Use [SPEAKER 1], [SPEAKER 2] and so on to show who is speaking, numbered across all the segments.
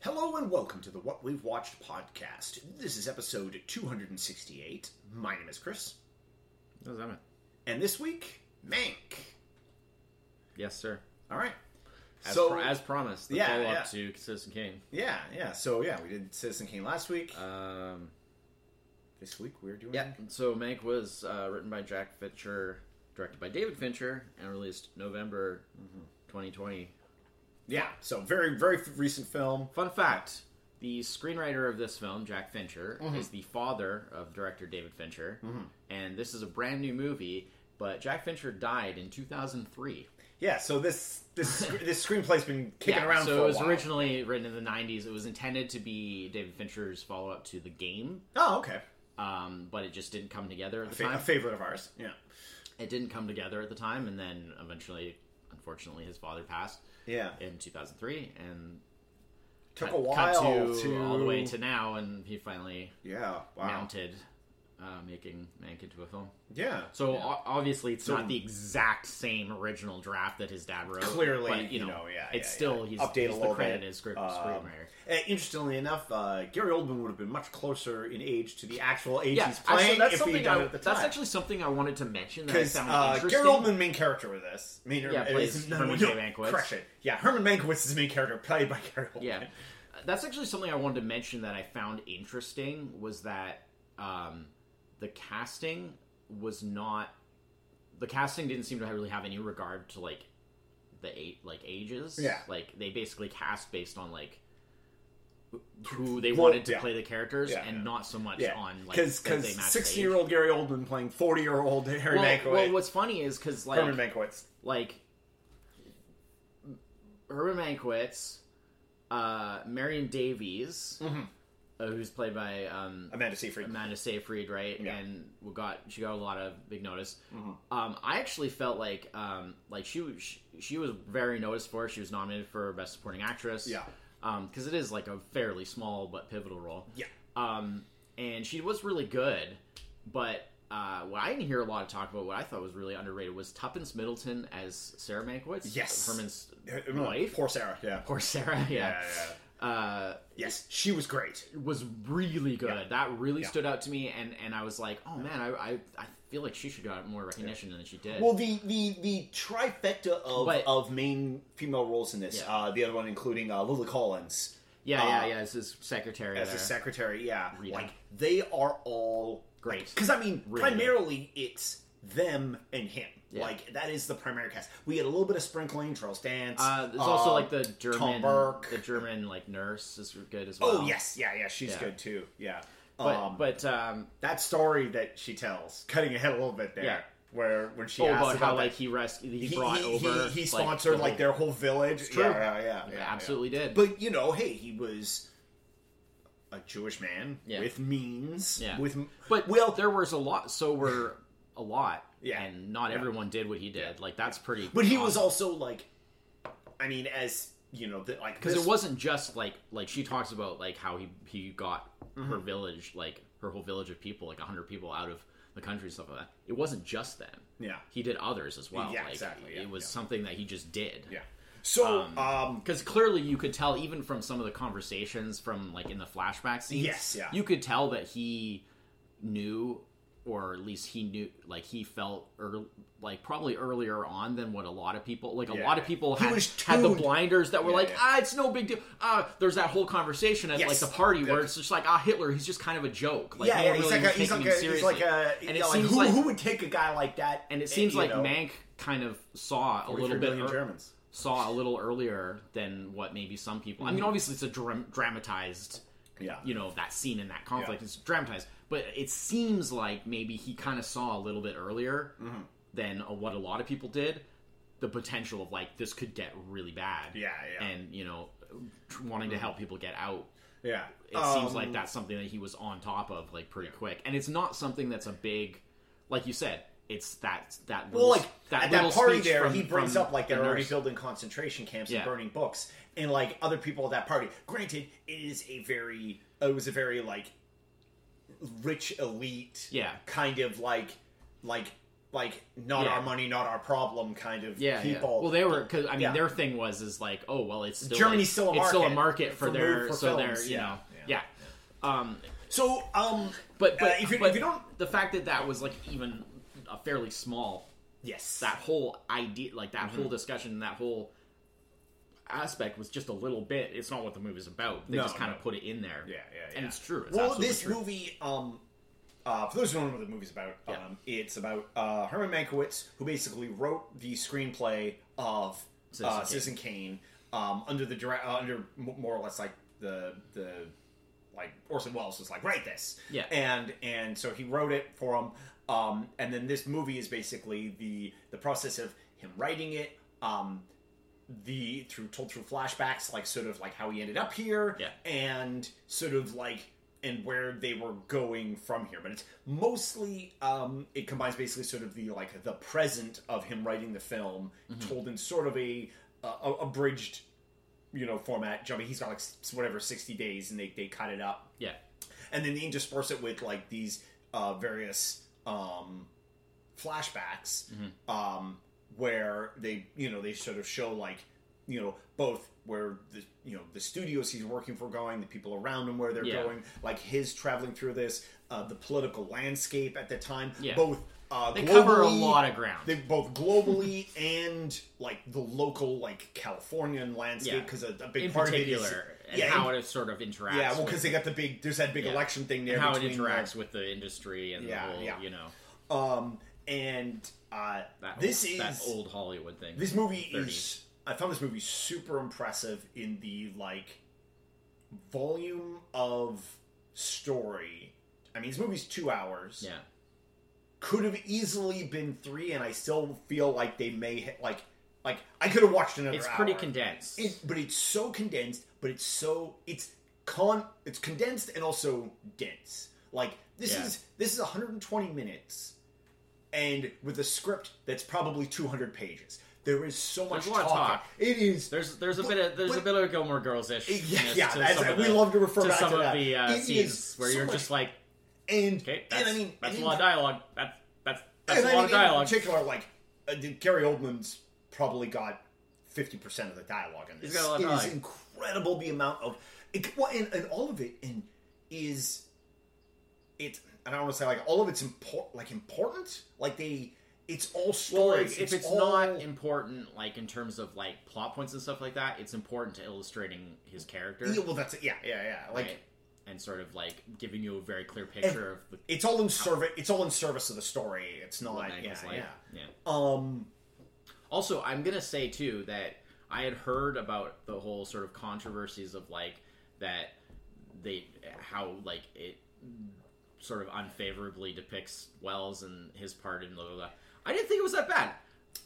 [SPEAKER 1] Hello and welcome to the What We've Watched podcast. This is episode 268. My name is Chris,
[SPEAKER 2] How's that mean?
[SPEAKER 1] and this week, Mank.
[SPEAKER 2] Yes, sir.
[SPEAKER 1] All right.
[SPEAKER 2] As,
[SPEAKER 1] so
[SPEAKER 2] pro- as promised, the
[SPEAKER 1] Yeah,
[SPEAKER 2] follow up
[SPEAKER 1] yeah.
[SPEAKER 2] to Citizen Kane.
[SPEAKER 1] yeah, yeah. So yeah, we did Citizen Kane last week.
[SPEAKER 2] Um,
[SPEAKER 1] this week we're doing
[SPEAKER 2] yeah. So Mank was uh, written by Jack Fincher, directed by David Fincher, and released November 2020.
[SPEAKER 1] yeah. So very very f- recent film.
[SPEAKER 2] Fun fact: the screenwriter of this film, Jack Fincher, is the father of director David Fincher, and this is a brand new movie. But Jack Fincher died in 2003.
[SPEAKER 1] Yeah. So this this sc- this screenplay's been kicking around
[SPEAKER 2] so
[SPEAKER 1] for a
[SPEAKER 2] it was
[SPEAKER 1] while.
[SPEAKER 2] originally written in the 90s. It was intended to be David Fincher's follow-up to The Game,
[SPEAKER 1] Oh, okay.
[SPEAKER 2] um, but it just didn't come together at the
[SPEAKER 1] Fa- a
[SPEAKER 2] time.
[SPEAKER 1] favorite of ours. Yeah.
[SPEAKER 2] It didn't come together at the time, and then eventually, unfortunately, his father passed
[SPEAKER 1] Yeah.
[SPEAKER 2] in 2003, and
[SPEAKER 1] Took
[SPEAKER 2] cut-
[SPEAKER 1] a while
[SPEAKER 2] cut
[SPEAKER 1] to,
[SPEAKER 2] all the way to now, and he finally
[SPEAKER 1] yeah. Wow.
[SPEAKER 2] mounted uh, making Mank into a film.
[SPEAKER 1] Yeah.
[SPEAKER 2] So o- obviously, it's
[SPEAKER 1] So-
[SPEAKER 2] not the exact same original draft that his dad wrote.
[SPEAKER 1] Clearly,
[SPEAKER 2] but, you,
[SPEAKER 1] you
[SPEAKER 2] know,
[SPEAKER 1] know, yeah,
[SPEAKER 2] it's
[SPEAKER 1] yeah,
[SPEAKER 2] still
[SPEAKER 1] yeah.
[SPEAKER 2] he's,
[SPEAKER 1] Update a
[SPEAKER 2] he's
[SPEAKER 1] little
[SPEAKER 2] the credit
[SPEAKER 1] bit.
[SPEAKER 2] as script
[SPEAKER 1] Um,
[SPEAKER 2] screenwriter.
[SPEAKER 1] Uh, interestingly enough, uh, Gary Oldman would have been much closer in age to the actual age
[SPEAKER 2] Yeah,
[SPEAKER 1] he's
[SPEAKER 2] actually,
[SPEAKER 1] playing
[SPEAKER 2] that's
[SPEAKER 1] if he'd
[SPEAKER 2] something
[SPEAKER 1] done
[SPEAKER 2] I-
[SPEAKER 1] it at the
[SPEAKER 2] that's
[SPEAKER 1] time.
[SPEAKER 2] actually something I wanted to mention that I
[SPEAKER 1] Because
[SPEAKER 2] found
[SPEAKER 1] uh, Gary
[SPEAKER 2] interesting.
[SPEAKER 1] Oldman, main character with this. Main,
[SPEAKER 2] Yeah,
[SPEAKER 1] uh,
[SPEAKER 2] plays
[SPEAKER 1] is- no,
[SPEAKER 2] Herman
[SPEAKER 1] no,
[SPEAKER 2] J. Mankiewicz.
[SPEAKER 1] Crush it. Yeah, Herman Mankiewicz is the main character, played by Gary Oldman.
[SPEAKER 2] Yeah, Uh, that's actually something I wanted to mention that I found interesting was that um, the casting was not the casting didn't seem to really have any regard to like the eight like ages.
[SPEAKER 1] Yeah.
[SPEAKER 2] like they basically cast based on like who they
[SPEAKER 1] Well,
[SPEAKER 2] wanted to
[SPEAKER 1] yeah.
[SPEAKER 2] play the characters
[SPEAKER 1] Yeah,
[SPEAKER 2] and
[SPEAKER 1] yeah.
[SPEAKER 2] not so much
[SPEAKER 1] Yeah,
[SPEAKER 2] on like
[SPEAKER 1] because
[SPEAKER 2] that they matched the
[SPEAKER 1] sixteen year old Gary Oldman playing forty year old Harry
[SPEAKER 2] age.
[SPEAKER 1] Mankiewicz,
[SPEAKER 2] Well, well, what's funny is because like
[SPEAKER 1] Herman Mankiewicz.
[SPEAKER 2] like Herman Mankiewicz, uh, Marion Davies,
[SPEAKER 1] Mm-hmm.
[SPEAKER 2] uh, who's played by um,
[SPEAKER 1] Amanda Seyfried.
[SPEAKER 2] Amanda Seyfried, right?
[SPEAKER 1] Yeah. Mm-hmm.
[SPEAKER 2] And we got she got a lot of big notice. Um, I actually felt like um, like she, was- she she was very noticed for. it. She was nominated for best supporting actress.
[SPEAKER 1] Yeah.
[SPEAKER 2] because it is like a fairly small but pivotal role.
[SPEAKER 1] yeah,
[SPEAKER 2] Um, and she was really good, but uh, what I didn't hear a lot of talk about, what I thought was really underrated, was Tuppence Middleton as Sarah Mankiewicz.
[SPEAKER 1] Yes.
[SPEAKER 2] Herman's
[SPEAKER 1] Uh,
[SPEAKER 2] wife.
[SPEAKER 1] poor Sarah. Yeah,
[SPEAKER 2] Poor Sarah, yeah.
[SPEAKER 1] Yeah,
[SPEAKER 2] Uh,
[SPEAKER 1] yes, she was great.
[SPEAKER 2] was really good. That really
[SPEAKER 1] Yeah.
[SPEAKER 2] stood out to me, and, and I was like, oh man, I, I, I feel like she should got more recognition than she did.
[SPEAKER 1] Well, the the the trifecta of
[SPEAKER 2] But-
[SPEAKER 1] of main female roles in this.
[SPEAKER 2] Yeah.
[SPEAKER 1] Uh, the other one including uh, Lily Collins
[SPEAKER 2] yeah, yeah,
[SPEAKER 1] uh,
[SPEAKER 2] yeah. As his secretary,
[SPEAKER 1] as
[SPEAKER 2] there.
[SPEAKER 1] a secretary. Yeah,
[SPEAKER 2] Rita.
[SPEAKER 1] like they are all
[SPEAKER 2] Great.
[SPEAKER 1] Because I mean,
[SPEAKER 2] Really good.
[SPEAKER 1] primarily it's them and him.
[SPEAKER 2] Yeah.
[SPEAKER 1] Like that is the primary cast. We get a little bit of sprinkling Charles Dance.
[SPEAKER 2] uh, there's also
[SPEAKER 1] uh,
[SPEAKER 2] like the German,
[SPEAKER 1] Burke.
[SPEAKER 2] the German like nurse is good as well.
[SPEAKER 1] Oh yes, yeah, yeah. She's
[SPEAKER 2] uh, Yeah.
[SPEAKER 1] good too. Yeah.
[SPEAKER 2] but
[SPEAKER 1] um,
[SPEAKER 2] but um,
[SPEAKER 1] that story that she tells, cutting ahead a little bit there,
[SPEAKER 2] Yeah.
[SPEAKER 1] where when she
[SPEAKER 2] Oh,
[SPEAKER 1] asks
[SPEAKER 2] about how
[SPEAKER 1] that-
[SPEAKER 2] like he rescued, he,
[SPEAKER 1] he,
[SPEAKER 2] brought
[SPEAKER 1] he- he-
[SPEAKER 2] over,
[SPEAKER 1] he
[SPEAKER 2] like,
[SPEAKER 1] sponsored
[SPEAKER 2] the
[SPEAKER 1] like
[SPEAKER 2] whole-
[SPEAKER 1] their whole village.
[SPEAKER 2] true.
[SPEAKER 1] Yeah, yeah, yeah, yeah,
[SPEAKER 2] Yeah,
[SPEAKER 1] yeah.
[SPEAKER 2] absolutely did.
[SPEAKER 1] But you know, hey, he was a Jewish man
[SPEAKER 2] Yeah.
[SPEAKER 1] with means.
[SPEAKER 2] Yeah.
[SPEAKER 1] With
[SPEAKER 2] but
[SPEAKER 1] well,
[SPEAKER 2] there was a lot. So were a lot.
[SPEAKER 1] Yeah.
[SPEAKER 2] and not everyone did what he did. Like that's pretty.
[SPEAKER 1] but he was also like, I mean, as you know, the, like
[SPEAKER 2] because
[SPEAKER 1] this-
[SPEAKER 2] it wasn't just like like she talks about like how he he got her
[SPEAKER 1] Mm-hmm.
[SPEAKER 2] village like her whole village of people like hundred people out of the country and stuff like that. It wasn't just them.
[SPEAKER 1] Yeah.
[SPEAKER 2] he did others as well.
[SPEAKER 1] Yeah,
[SPEAKER 2] like,
[SPEAKER 1] exactly, yeah,
[SPEAKER 2] it was
[SPEAKER 1] yeah.
[SPEAKER 2] something that he just did.
[SPEAKER 1] Yeah. So um,
[SPEAKER 2] because clearly you could tell even from some of the conversations from like in the flashback scenes
[SPEAKER 1] Yes, yeah.
[SPEAKER 2] you could tell that he knew or at least he knew like he felt early, like probably earlier on than what a lot of people like a
[SPEAKER 1] Yeah,
[SPEAKER 2] lot of
[SPEAKER 1] yeah.
[SPEAKER 2] people
[SPEAKER 1] He
[SPEAKER 2] had,
[SPEAKER 1] was
[SPEAKER 2] had the
[SPEAKER 1] tuned.
[SPEAKER 2] blinders that were
[SPEAKER 1] Yeah,
[SPEAKER 2] like
[SPEAKER 1] yeah.
[SPEAKER 2] ah it's no big deal ah there's that whole conversation at
[SPEAKER 1] Yes.
[SPEAKER 2] like the party where
[SPEAKER 1] Yeah.
[SPEAKER 2] it's just like ah hitler he's just kind of a joke like
[SPEAKER 1] yeah,
[SPEAKER 2] no
[SPEAKER 1] yeah,
[SPEAKER 2] one
[SPEAKER 1] he's,
[SPEAKER 2] really
[SPEAKER 1] like a,
[SPEAKER 2] was
[SPEAKER 1] he's like
[SPEAKER 2] taking
[SPEAKER 1] a
[SPEAKER 2] him
[SPEAKER 1] he's
[SPEAKER 2] seriously
[SPEAKER 1] like a
[SPEAKER 2] and
[SPEAKER 1] you
[SPEAKER 2] it
[SPEAKER 1] know, like,
[SPEAKER 2] seems
[SPEAKER 1] who,
[SPEAKER 2] like
[SPEAKER 1] who would take a guy like that? eh,
[SPEAKER 2] and it seems
[SPEAKER 1] you
[SPEAKER 2] like
[SPEAKER 1] know,
[SPEAKER 2] mank kind of saw a little
[SPEAKER 1] 43
[SPEAKER 2] bit
[SPEAKER 1] million
[SPEAKER 2] ear-
[SPEAKER 1] Germans.
[SPEAKER 2] saw a little earlier than what maybe some people. I mean, obviously it's a dram- dramatized,
[SPEAKER 1] Mhm. Yeah.
[SPEAKER 2] you know, that scene and that conflict
[SPEAKER 1] Yeah.
[SPEAKER 2] is dramatized, but it seems like maybe he kind of saw a little bit earlier
[SPEAKER 1] Mm-hmm.
[SPEAKER 2] than uh, what a lot of people did. The potential of like this could get really bad,
[SPEAKER 1] Yeah, yeah. Mm-hmm.
[SPEAKER 2] and you know, tr- wanting to help people get out.
[SPEAKER 1] yeah. Um,
[SPEAKER 2] It seems like that's something that he was on top of like pretty quick, and it's not something that's a big, like you said. It's that that
[SPEAKER 1] Well,
[SPEAKER 2] little,
[SPEAKER 1] like
[SPEAKER 2] that
[SPEAKER 1] at that
[SPEAKER 2] little
[SPEAKER 1] party
[SPEAKER 2] speech
[SPEAKER 1] there,
[SPEAKER 2] from-
[SPEAKER 1] he brings
[SPEAKER 2] from
[SPEAKER 1] up like
[SPEAKER 2] the
[SPEAKER 1] they're already
[SPEAKER 2] nurse.
[SPEAKER 1] building concentration camps
[SPEAKER 2] Yeah.
[SPEAKER 1] and burning books, and like other people at that party. Granted, it is a very, it was a very like rich elite,
[SPEAKER 2] Yeah.
[SPEAKER 1] kind of like like like not
[SPEAKER 2] Yeah.
[SPEAKER 1] our money, not our problem kind of
[SPEAKER 2] yeah, yeah.
[SPEAKER 1] people.
[SPEAKER 2] Well, they were because I mean
[SPEAKER 1] Yeah.
[SPEAKER 2] their thing was is like, oh well, it's still
[SPEAKER 1] Germany's
[SPEAKER 2] like-
[SPEAKER 1] still a
[SPEAKER 2] it's still a
[SPEAKER 1] market
[SPEAKER 2] market for,
[SPEAKER 1] for
[SPEAKER 2] their
[SPEAKER 1] mov- for
[SPEAKER 2] so
[SPEAKER 1] films,
[SPEAKER 2] their you
[SPEAKER 1] yeah,
[SPEAKER 2] know yeah.
[SPEAKER 1] yeah.
[SPEAKER 2] Um,
[SPEAKER 1] so um,
[SPEAKER 2] but but,
[SPEAKER 1] Uh, if you-
[SPEAKER 2] but
[SPEAKER 1] if you don't-
[SPEAKER 2] the fact that that was like even a fairly small
[SPEAKER 1] yes,
[SPEAKER 2] that whole idea like that
[SPEAKER 1] Mm-hmm.
[SPEAKER 2] whole discussion that whole aspect was just a little bit it's not what the movie's about they
[SPEAKER 1] No,
[SPEAKER 2] just kind of
[SPEAKER 1] no.
[SPEAKER 2] put it in there
[SPEAKER 1] Yeah, yeah, yeah.
[SPEAKER 2] and it's true it's
[SPEAKER 1] well,
[SPEAKER 2] absolutely
[SPEAKER 1] this
[SPEAKER 2] true.
[SPEAKER 1] movie, um, uh, for those who don't know what the movie's about,
[SPEAKER 2] Yeah.
[SPEAKER 1] um, it's about uh, Herman Mankiewicz, who basically wrote the screenplay of
[SPEAKER 2] Citizen
[SPEAKER 1] uh,
[SPEAKER 2] Kane.
[SPEAKER 1] Citizen Kane, um, under the direct, uh, under m- more or less like the the like Orson Welles was like write this,
[SPEAKER 2] Yeah.
[SPEAKER 1] and and so he wrote it for him, um, and then this movie is basically the the process of him writing it. Um, the through told through flashbacks, like sort of like how he ended up here,
[SPEAKER 2] Yeah.
[SPEAKER 1] and sort of like and where they were going from here. But it's mostly um, it combines basically sort of the like the present of him writing the film, told in sort of a uh, a- abridged you know format. Jumping, he's got like s- whatever sixty days, and they they cut it up
[SPEAKER 2] yeah
[SPEAKER 1] and then they intersperse it with like these uh, various um, flashbacks
[SPEAKER 2] Mm-hmm.
[SPEAKER 1] um, where they you know they sort of show like you know both where the you know the studios he's working for going the people around him where they're
[SPEAKER 2] Yeah.
[SPEAKER 1] going like his traveling through this uh, the political landscape at the time
[SPEAKER 2] Yeah.
[SPEAKER 1] both uh,
[SPEAKER 2] they cover a
[SPEAKER 1] globally-
[SPEAKER 2] lot of ground
[SPEAKER 1] they both globally and like the local like Californian landscape
[SPEAKER 2] Yeah.
[SPEAKER 1] because a, a big
[SPEAKER 2] in
[SPEAKER 1] part
[SPEAKER 2] particular
[SPEAKER 1] of it is
[SPEAKER 2] and how it sort of interacts
[SPEAKER 1] yeah, well,
[SPEAKER 2] with-
[SPEAKER 1] because they got the big. There's that big
[SPEAKER 2] Yeah.
[SPEAKER 1] election thing there.
[SPEAKER 2] and how it
[SPEAKER 1] between,
[SPEAKER 2] interacts with the industry and
[SPEAKER 1] Yeah,
[SPEAKER 2] the whole
[SPEAKER 1] yeah.
[SPEAKER 2] you know
[SPEAKER 1] uh, Um, and uh,
[SPEAKER 2] that
[SPEAKER 1] this
[SPEAKER 2] old,
[SPEAKER 1] is
[SPEAKER 2] that old hollywood thing
[SPEAKER 1] this movie
[SPEAKER 2] 30s.
[SPEAKER 1] is. I found this movie super impressive in the like volume of story. I mean, this movie's two hours.
[SPEAKER 2] yeah
[SPEAKER 1] Could have easily been three, and I still feel like they may ha- like like I could have watched another.
[SPEAKER 2] it's pretty
[SPEAKER 1] hour.
[SPEAKER 2] condensed
[SPEAKER 1] It, but it's so condensed, but it's so it's con it's condensed and also dense. Like this
[SPEAKER 2] Yeah.
[SPEAKER 1] is this is 120 minutes, and with a script that's probably 200 pages. There is so much
[SPEAKER 2] There's a lot of
[SPEAKER 1] talking.
[SPEAKER 2] talk.
[SPEAKER 1] It is.
[SPEAKER 2] there's there's a
[SPEAKER 1] But-
[SPEAKER 2] bit of there's a
[SPEAKER 1] but-
[SPEAKER 2] bit of Gilmore Girls ish.
[SPEAKER 1] Yeah, yeah, that's- we love to refer
[SPEAKER 2] to
[SPEAKER 1] back
[SPEAKER 2] some
[SPEAKER 1] to
[SPEAKER 2] of
[SPEAKER 1] that.
[SPEAKER 2] the
[SPEAKER 1] It
[SPEAKER 2] uh,
[SPEAKER 1] is
[SPEAKER 2] scenes where
[SPEAKER 1] so
[SPEAKER 2] you're
[SPEAKER 1] much-
[SPEAKER 2] just like,
[SPEAKER 1] and
[SPEAKER 2] okay, that's,
[SPEAKER 1] and I mean
[SPEAKER 2] that's
[SPEAKER 1] and
[SPEAKER 2] a lot of
[SPEAKER 1] in-
[SPEAKER 2] dialogue. That's that's that's
[SPEAKER 1] and
[SPEAKER 2] a
[SPEAKER 1] I
[SPEAKER 2] lot
[SPEAKER 1] mean,
[SPEAKER 2] of dialogue.
[SPEAKER 1] In particular, like uh, the- Gary Oldman's probably got fifty percent of the dialogue in this.
[SPEAKER 2] He's got a lot of
[SPEAKER 1] It is
[SPEAKER 2] dialogue.
[SPEAKER 1] incredible the amount of it, well, and, and all of it and is it. And I don't want to say like all of it's important, like important, like they. It's all story.
[SPEAKER 2] well, if, if it's
[SPEAKER 1] all-
[SPEAKER 2] not important, like in terms of like plot points and stuff like that, it's important to illustrating his character,
[SPEAKER 1] yeah, e, well, that's it. Yeah, yeah, yeah. Like
[SPEAKER 2] right? and sort of like giving you a very clear picture of the
[SPEAKER 1] it's all in service. It's all in service of the story. It's not.
[SPEAKER 2] what
[SPEAKER 1] Oh, yeah,
[SPEAKER 2] Magnus like.
[SPEAKER 1] yeah.
[SPEAKER 2] yeah.
[SPEAKER 1] Um.
[SPEAKER 2] Also, I'm gonna say too that I had heard about the whole sort of controversies of like that they how like it sort of unfavorably depicts Wells and his part in blah blah blah. I didn't think it was that bad.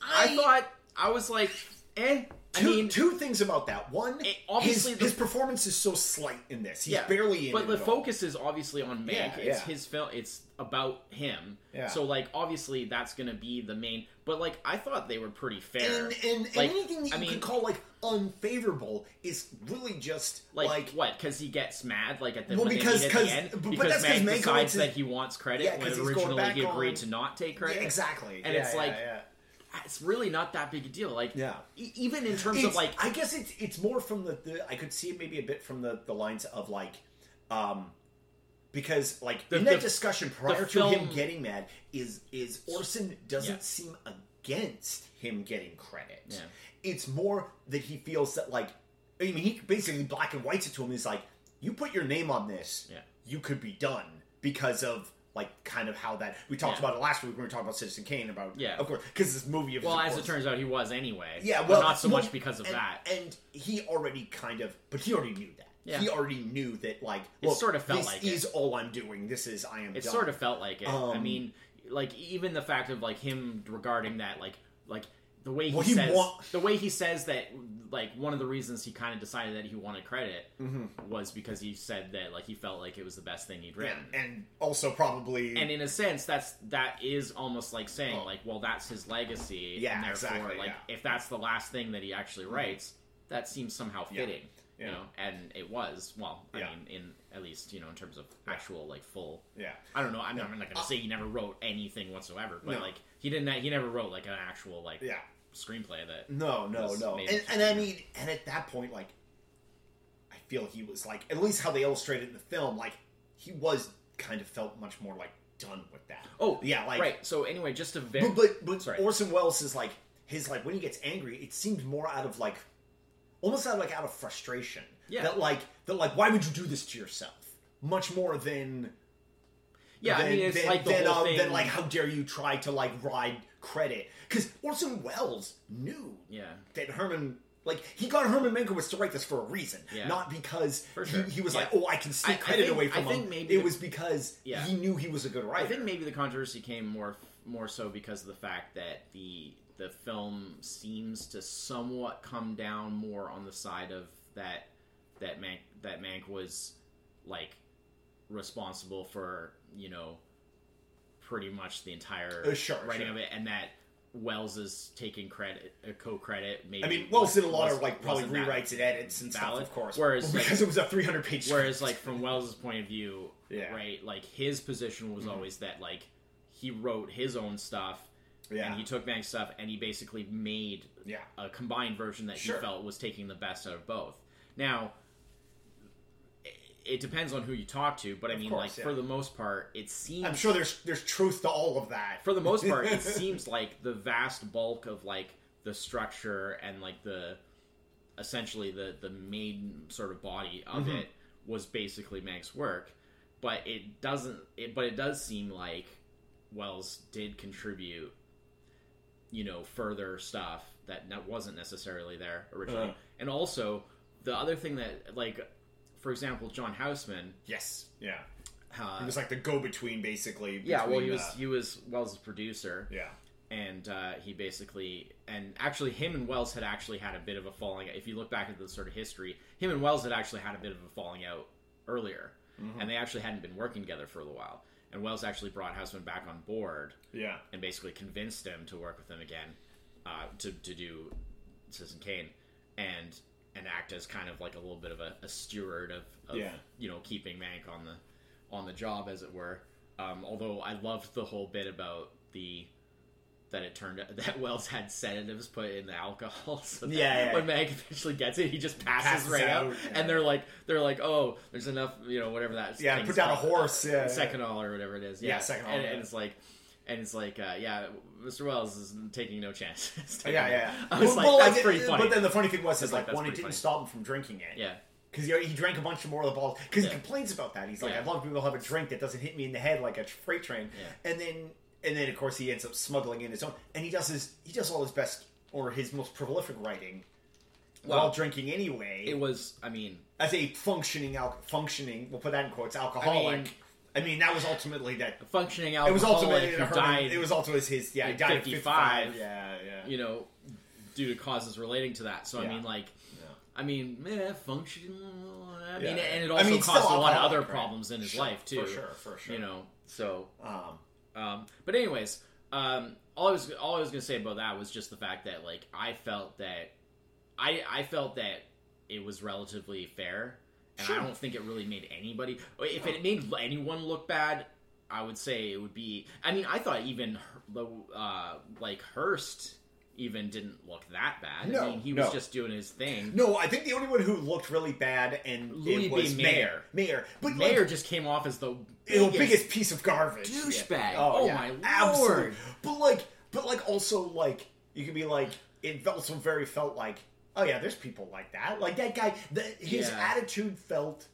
[SPEAKER 2] I,
[SPEAKER 1] I-
[SPEAKER 2] thought I was like, eh. I
[SPEAKER 1] Two,
[SPEAKER 2] mean,
[SPEAKER 1] two things about that. One,
[SPEAKER 2] It- obviously
[SPEAKER 1] his,
[SPEAKER 2] the-
[SPEAKER 1] his performance is so slight in this. He's
[SPEAKER 2] yeah,
[SPEAKER 1] barely in
[SPEAKER 2] But
[SPEAKER 1] it
[SPEAKER 2] the
[SPEAKER 1] at all.
[SPEAKER 2] focus is obviously on Meg.
[SPEAKER 1] Yeah,
[SPEAKER 2] it's
[SPEAKER 1] yeah.
[SPEAKER 2] his film. It's about him.
[SPEAKER 1] Yeah.
[SPEAKER 2] So like, obviously, that's gonna be the main. But like, I thought they were pretty fair.
[SPEAKER 1] and and, and
[SPEAKER 2] Like,
[SPEAKER 1] anything that
[SPEAKER 2] I
[SPEAKER 1] you
[SPEAKER 2] mean-
[SPEAKER 1] can call like unfavorable is really just
[SPEAKER 2] Like,
[SPEAKER 1] like,
[SPEAKER 2] what? Because he gets mad like at the,
[SPEAKER 1] Well,
[SPEAKER 2] when they
[SPEAKER 1] because-
[SPEAKER 2] meet at
[SPEAKER 1] 'cause-
[SPEAKER 2] the end
[SPEAKER 1] but- but
[SPEAKER 2] because
[SPEAKER 1] that's 'cause
[SPEAKER 2] Meg
[SPEAKER 1] Mankiewicz
[SPEAKER 2] decides
[SPEAKER 1] is-
[SPEAKER 2] that he wants credit
[SPEAKER 1] Yeah, 'cause
[SPEAKER 2] when
[SPEAKER 1] he's going
[SPEAKER 2] originally he
[SPEAKER 1] back
[SPEAKER 2] agreed
[SPEAKER 1] on-
[SPEAKER 2] to not take
[SPEAKER 1] Yeah,
[SPEAKER 2] credit.
[SPEAKER 1] exactly.
[SPEAKER 2] And
[SPEAKER 1] Yeah,
[SPEAKER 2] it's
[SPEAKER 1] yeah,
[SPEAKER 2] like-
[SPEAKER 1] yeah.
[SPEAKER 2] It's really not that big a deal. Like
[SPEAKER 1] Yeah.
[SPEAKER 2] e- even in terms of
[SPEAKER 1] It's-
[SPEAKER 2] like
[SPEAKER 1] I guess it's it's more from the, the I could see it maybe a bit from the the lines of like um because like in
[SPEAKER 2] the-
[SPEAKER 1] that discussion prior to him
[SPEAKER 2] film-
[SPEAKER 1] getting mad is is Orson doesn't
[SPEAKER 2] Yeah.
[SPEAKER 1] seem against him getting credit.
[SPEAKER 2] Yeah.
[SPEAKER 1] It's more that he feels that like I mean he basically black and whites it to him is like you put your name on this,
[SPEAKER 2] Yeah.
[SPEAKER 1] you could be done because of like kind of how that we talked
[SPEAKER 2] Yeah.
[SPEAKER 1] about it last week when we were talking about Citizen Kane about
[SPEAKER 2] Yeah.
[SPEAKER 1] of course because this movie of
[SPEAKER 2] well, as
[SPEAKER 1] course-
[SPEAKER 2] it turns out, he was anyway.
[SPEAKER 1] yeah,
[SPEAKER 2] But
[SPEAKER 1] well,
[SPEAKER 2] not so
[SPEAKER 1] no,
[SPEAKER 2] much because of
[SPEAKER 1] and-
[SPEAKER 2] that.
[SPEAKER 1] And he already kind of, but he already knew that.
[SPEAKER 2] Yeah.
[SPEAKER 1] He already knew that, like,
[SPEAKER 2] It
[SPEAKER 1] look,
[SPEAKER 2] sort of felt
[SPEAKER 1] this
[SPEAKER 2] like it.
[SPEAKER 1] is all I'm doing. This is I am.
[SPEAKER 2] It
[SPEAKER 1] done.
[SPEAKER 2] sort of felt like it. I
[SPEAKER 1] Um,
[SPEAKER 2] mean, like even the fact of like him regarding that, like like the way he
[SPEAKER 1] Well, he
[SPEAKER 2] says
[SPEAKER 1] wa-
[SPEAKER 2] the way he says that, like one of the reasons he kind of decided that he wanted credit
[SPEAKER 1] Mm-hmm.
[SPEAKER 2] was because he said that like he felt like it was the best thing he'd written.
[SPEAKER 1] and, and also probably
[SPEAKER 2] and in a sense that's that is almost like saying
[SPEAKER 1] Oh.
[SPEAKER 2] like well that's his legacy
[SPEAKER 1] Yeah,
[SPEAKER 2] and therefore
[SPEAKER 1] exactly,
[SPEAKER 2] like
[SPEAKER 1] yeah. Mm-hmm.
[SPEAKER 2] if that's the last thing that he actually writes that seems somehow
[SPEAKER 1] Yeah.
[SPEAKER 2] fitting you
[SPEAKER 1] Yeah.
[SPEAKER 2] know, and it was well. I
[SPEAKER 1] Yeah.
[SPEAKER 2] mean, in at least you know, in terms of actual like full.
[SPEAKER 1] Yeah.
[SPEAKER 2] I don't know. I'm not, I'm not gonna say he never wrote anything whatsoever, but
[SPEAKER 1] No.
[SPEAKER 2] like he didn't. He never wrote like an actual like
[SPEAKER 1] Yeah.
[SPEAKER 2] screenplay that.
[SPEAKER 1] No, no,
[SPEAKER 2] was
[SPEAKER 1] no.
[SPEAKER 2] made
[SPEAKER 1] And,
[SPEAKER 2] into
[SPEAKER 1] and I
[SPEAKER 2] video.
[SPEAKER 1] mean, and at that point, like, I feel he was like, at least how they illustrated it in the film, like, he was kind of felt much more like done with that.
[SPEAKER 2] Oh
[SPEAKER 1] yeah, like,
[SPEAKER 2] right. So anyway, just to very
[SPEAKER 1] but but, but
[SPEAKER 2] Sorry.
[SPEAKER 1] Orson Welles is like his like when he gets angry, it seems more out of like, almost out of, like out of frustration.
[SPEAKER 2] Yeah.
[SPEAKER 1] That like that like why would you do this to yourself? Much more than
[SPEAKER 2] yeah.
[SPEAKER 1] than,
[SPEAKER 2] I mean, it's
[SPEAKER 1] than-
[SPEAKER 2] like the
[SPEAKER 1] than,
[SPEAKER 2] whole
[SPEAKER 1] um,
[SPEAKER 2] thing.
[SPEAKER 1] than, like how dare you try to like ride credit because Orson Welles knew
[SPEAKER 2] yeah.
[SPEAKER 1] that Herman like he got Herman Mankiewicz to write this for a reason,
[SPEAKER 2] Yeah.
[SPEAKER 1] not because
[SPEAKER 2] For
[SPEAKER 1] he-
[SPEAKER 2] sure.
[SPEAKER 1] he, was
[SPEAKER 2] Yeah.
[SPEAKER 1] like, "Oh, I can
[SPEAKER 2] I-
[SPEAKER 1] sneak
[SPEAKER 2] I
[SPEAKER 1] credit
[SPEAKER 2] think-
[SPEAKER 1] away from
[SPEAKER 2] I think
[SPEAKER 1] him."
[SPEAKER 2] maybe
[SPEAKER 1] it
[SPEAKER 2] the-
[SPEAKER 1] was because
[SPEAKER 2] Yeah.
[SPEAKER 1] he knew he was a good writer.
[SPEAKER 2] I think maybe the controversy came more more so because of the fact that the the film seems to somewhat come down more on the side of that that Mank that Mank was like responsible for you know pretty much the entire
[SPEAKER 1] Uh, sure,
[SPEAKER 2] writing
[SPEAKER 1] sure.
[SPEAKER 2] of it, and that Wells is taking credit uh, co credit. Maybe
[SPEAKER 1] I mean, Wells did a lot
[SPEAKER 2] was-
[SPEAKER 1] of like probably
[SPEAKER 2] wasn't that-
[SPEAKER 1] rewrites and edits and stuff,
[SPEAKER 2] valid?
[SPEAKER 1] of course.
[SPEAKER 2] Whereas,
[SPEAKER 1] But
[SPEAKER 2] like-
[SPEAKER 1] because it was a 300 page.
[SPEAKER 2] Whereas, like
[SPEAKER 1] script.
[SPEAKER 2] from Wells's point of view,
[SPEAKER 1] Yeah. Mm-hmm.
[SPEAKER 2] right? Like his position was always that like he wrote his own stuff,
[SPEAKER 1] yeah,
[SPEAKER 2] and he took Mank's stuff, and he basically made
[SPEAKER 1] yeah,
[SPEAKER 2] a combined version that
[SPEAKER 1] Sure.
[SPEAKER 2] he felt was taking the best out of both. Now, i- it depends on who you talk to, but I
[SPEAKER 1] Of
[SPEAKER 2] mean,
[SPEAKER 1] course,
[SPEAKER 2] like
[SPEAKER 1] yeah.
[SPEAKER 2] for the most part, it seems
[SPEAKER 1] I'm sure there's there's truth to all of that.
[SPEAKER 2] for the most part, it seems like the vast bulk of like the structure and like the essentially the the main sort of body of
[SPEAKER 1] Mhm.
[SPEAKER 2] it was basically Mank's work, but it doesn't. It, but it does seem like Wells did contribute, you know, further stuff that that wasn't necessarily there originally,
[SPEAKER 1] Uh.
[SPEAKER 2] and also the other thing that like. For example, John Houseman.
[SPEAKER 1] yes, yeah,
[SPEAKER 2] Uh,
[SPEAKER 1] he was like the go between basically.
[SPEAKER 2] yeah, well,
[SPEAKER 1] between,
[SPEAKER 2] he was
[SPEAKER 1] uh,
[SPEAKER 2] he was Wells' producer,
[SPEAKER 1] yeah,
[SPEAKER 2] and uh, he basically and actually him and Wells had actually had a bit of a falling. If you look back at the sort of history, him and Wells had actually had a bit of a falling out earlier, and they actually hadn't been working together for a little while. And Wells actually brought Houseman back on board
[SPEAKER 1] yeah,
[SPEAKER 2] and basically convinced him to work with him again uh, to to do Citizen Kane and and act as kind of like a little bit of a, a steward of, of
[SPEAKER 1] Yeah.
[SPEAKER 2] you know keeping Mank on the on the job as it were. Um, although I loved the whole bit about the that it turned out that Wells had sedatives put in the alcohol. So that
[SPEAKER 1] Yeah, yeah,
[SPEAKER 2] when Mank eventually gets it, he just passes,
[SPEAKER 1] Passes
[SPEAKER 2] right out,
[SPEAKER 1] out, yeah.
[SPEAKER 2] and they're like they're like oh there's enough you know whatever that
[SPEAKER 1] yeah.
[SPEAKER 2] thing's
[SPEAKER 1] Put down a
[SPEAKER 2] called
[SPEAKER 1] horse. Yeah,
[SPEAKER 2] second all or whatever it is. Yeah,
[SPEAKER 1] Yeah, second all,
[SPEAKER 2] And,
[SPEAKER 1] yeah.
[SPEAKER 2] and it's like, and it's like, uh, yeah, Mr. Wells is taking no chances.
[SPEAKER 1] Oh, Yeah, yeah. yeah.
[SPEAKER 2] I was
[SPEAKER 1] Well,
[SPEAKER 2] like,
[SPEAKER 1] well,
[SPEAKER 2] that's
[SPEAKER 1] it-
[SPEAKER 2] pretty funny.
[SPEAKER 1] But then the funny thing was, is
[SPEAKER 2] like,
[SPEAKER 1] like,
[SPEAKER 2] that's
[SPEAKER 1] one, it
[SPEAKER 2] pretty
[SPEAKER 1] didn't
[SPEAKER 2] funny.
[SPEAKER 1] stop him from drinking it.
[SPEAKER 2] yeah,
[SPEAKER 1] Because he, he drank a bunch more of the balls. Because
[SPEAKER 2] Yeah.
[SPEAKER 1] he complains about that. He's like,
[SPEAKER 2] Yeah.
[SPEAKER 1] I love people have a drink that doesn't hit me in the head like a tr- freight train.
[SPEAKER 2] Yeah.
[SPEAKER 1] And then and then of course he ends up smuggling in his own. And he does his he does all his best or his most prolific writing
[SPEAKER 2] Well,
[SPEAKER 1] while drinking anyway
[SPEAKER 2] it was. I mean,
[SPEAKER 1] as a functioning al- functioning. We'll put that in quotes. Alcoholic. I mean,
[SPEAKER 2] mean-
[SPEAKER 1] that was ultimately that.
[SPEAKER 2] a functioning
[SPEAKER 1] It was
[SPEAKER 2] alcoholic
[SPEAKER 1] ultimately
[SPEAKER 2] who
[SPEAKER 1] Herman-
[SPEAKER 2] died.
[SPEAKER 1] It was ultimately his. Yeah, he
[SPEAKER 2] at
[SPEAKER 1] died at
[SPEAKER 2] 55.
[SPEAKER 1] 55. Yeah, yeah.
[SPEAKER 2] you know, due to causes relating to that. So I
[SPEAKER 1] Yeah.
[SPEAKER 2] mean, like,
[SPEAKER 1] Yeah.
[SPEAKER 2] I mean, meh, functional. I mean,
[SPEAKER 1] Yeah.
[SPEAKER 2] and it
[SPEAKER 1] I
[SPEAKER 2] also
[SPEAKER 1] mean, still
[SPEAKER 2] caused a lot of
[SPEAKER 1] alcoholic,
[SPEAKER 2] other
[SPEAKER 1] right?
[SPEAKER 2] problems in his
[SPEAKER 1] Sure,
[SPEAKER 2] life too.
[SPEAKER 1] For sure, for sure.
[SPEAKER 2] You know, so
[SPEAKER 1] Um,
[SPEAKER 2] Um, but anyways, um, all I was all I was gonna say about that was just the fact that like I felt that I I felt that it was relatively fair, and
[SPEAKER 1] Sure.
[SPEAKER 2] I don't think it really made anybody. If it made anyone look bad, I would say it would be. I mean, I thought even Her- the uh, like Hearst even didn't look that bad. I
[SPEAKER 1] No,
[SPEAKER 2] mean, he was
[SPEAKER 1] no.
[SPEAKER 2] just doing his thing.
[SPEAKER 1] No, I think the only one who looked really bad and
[SPEAKER 2] Louis
[SPEAKER 1] it was
[SPEAKER 2] B.
[SPEAKER 1] Mayor. Mayor, but
[SPEAKER 2] Mayor
[SPEAKER 1] like,
[SPEAKER 2] just came off as the
[SPEAKER 1] the
[SPEAKER 2] biggest,
[SPEAKER 1] biggest piece of garbage.
[SPEAKER 2] douchebag.
[SPEAKER 1] Yeah.
[SPEAKER 2] Oh,
[SPEAKER 1] yeah.
[SPEAKER 2] my lord!
[SPEAKER 1] Absolutely. But like, but like, also like, you could be like, it felt so very felt like, oh yeah, there's people like that. Like that guy, the, his
[SPEAKER 2] Yeah.
[SPEAKER 1] attitude felt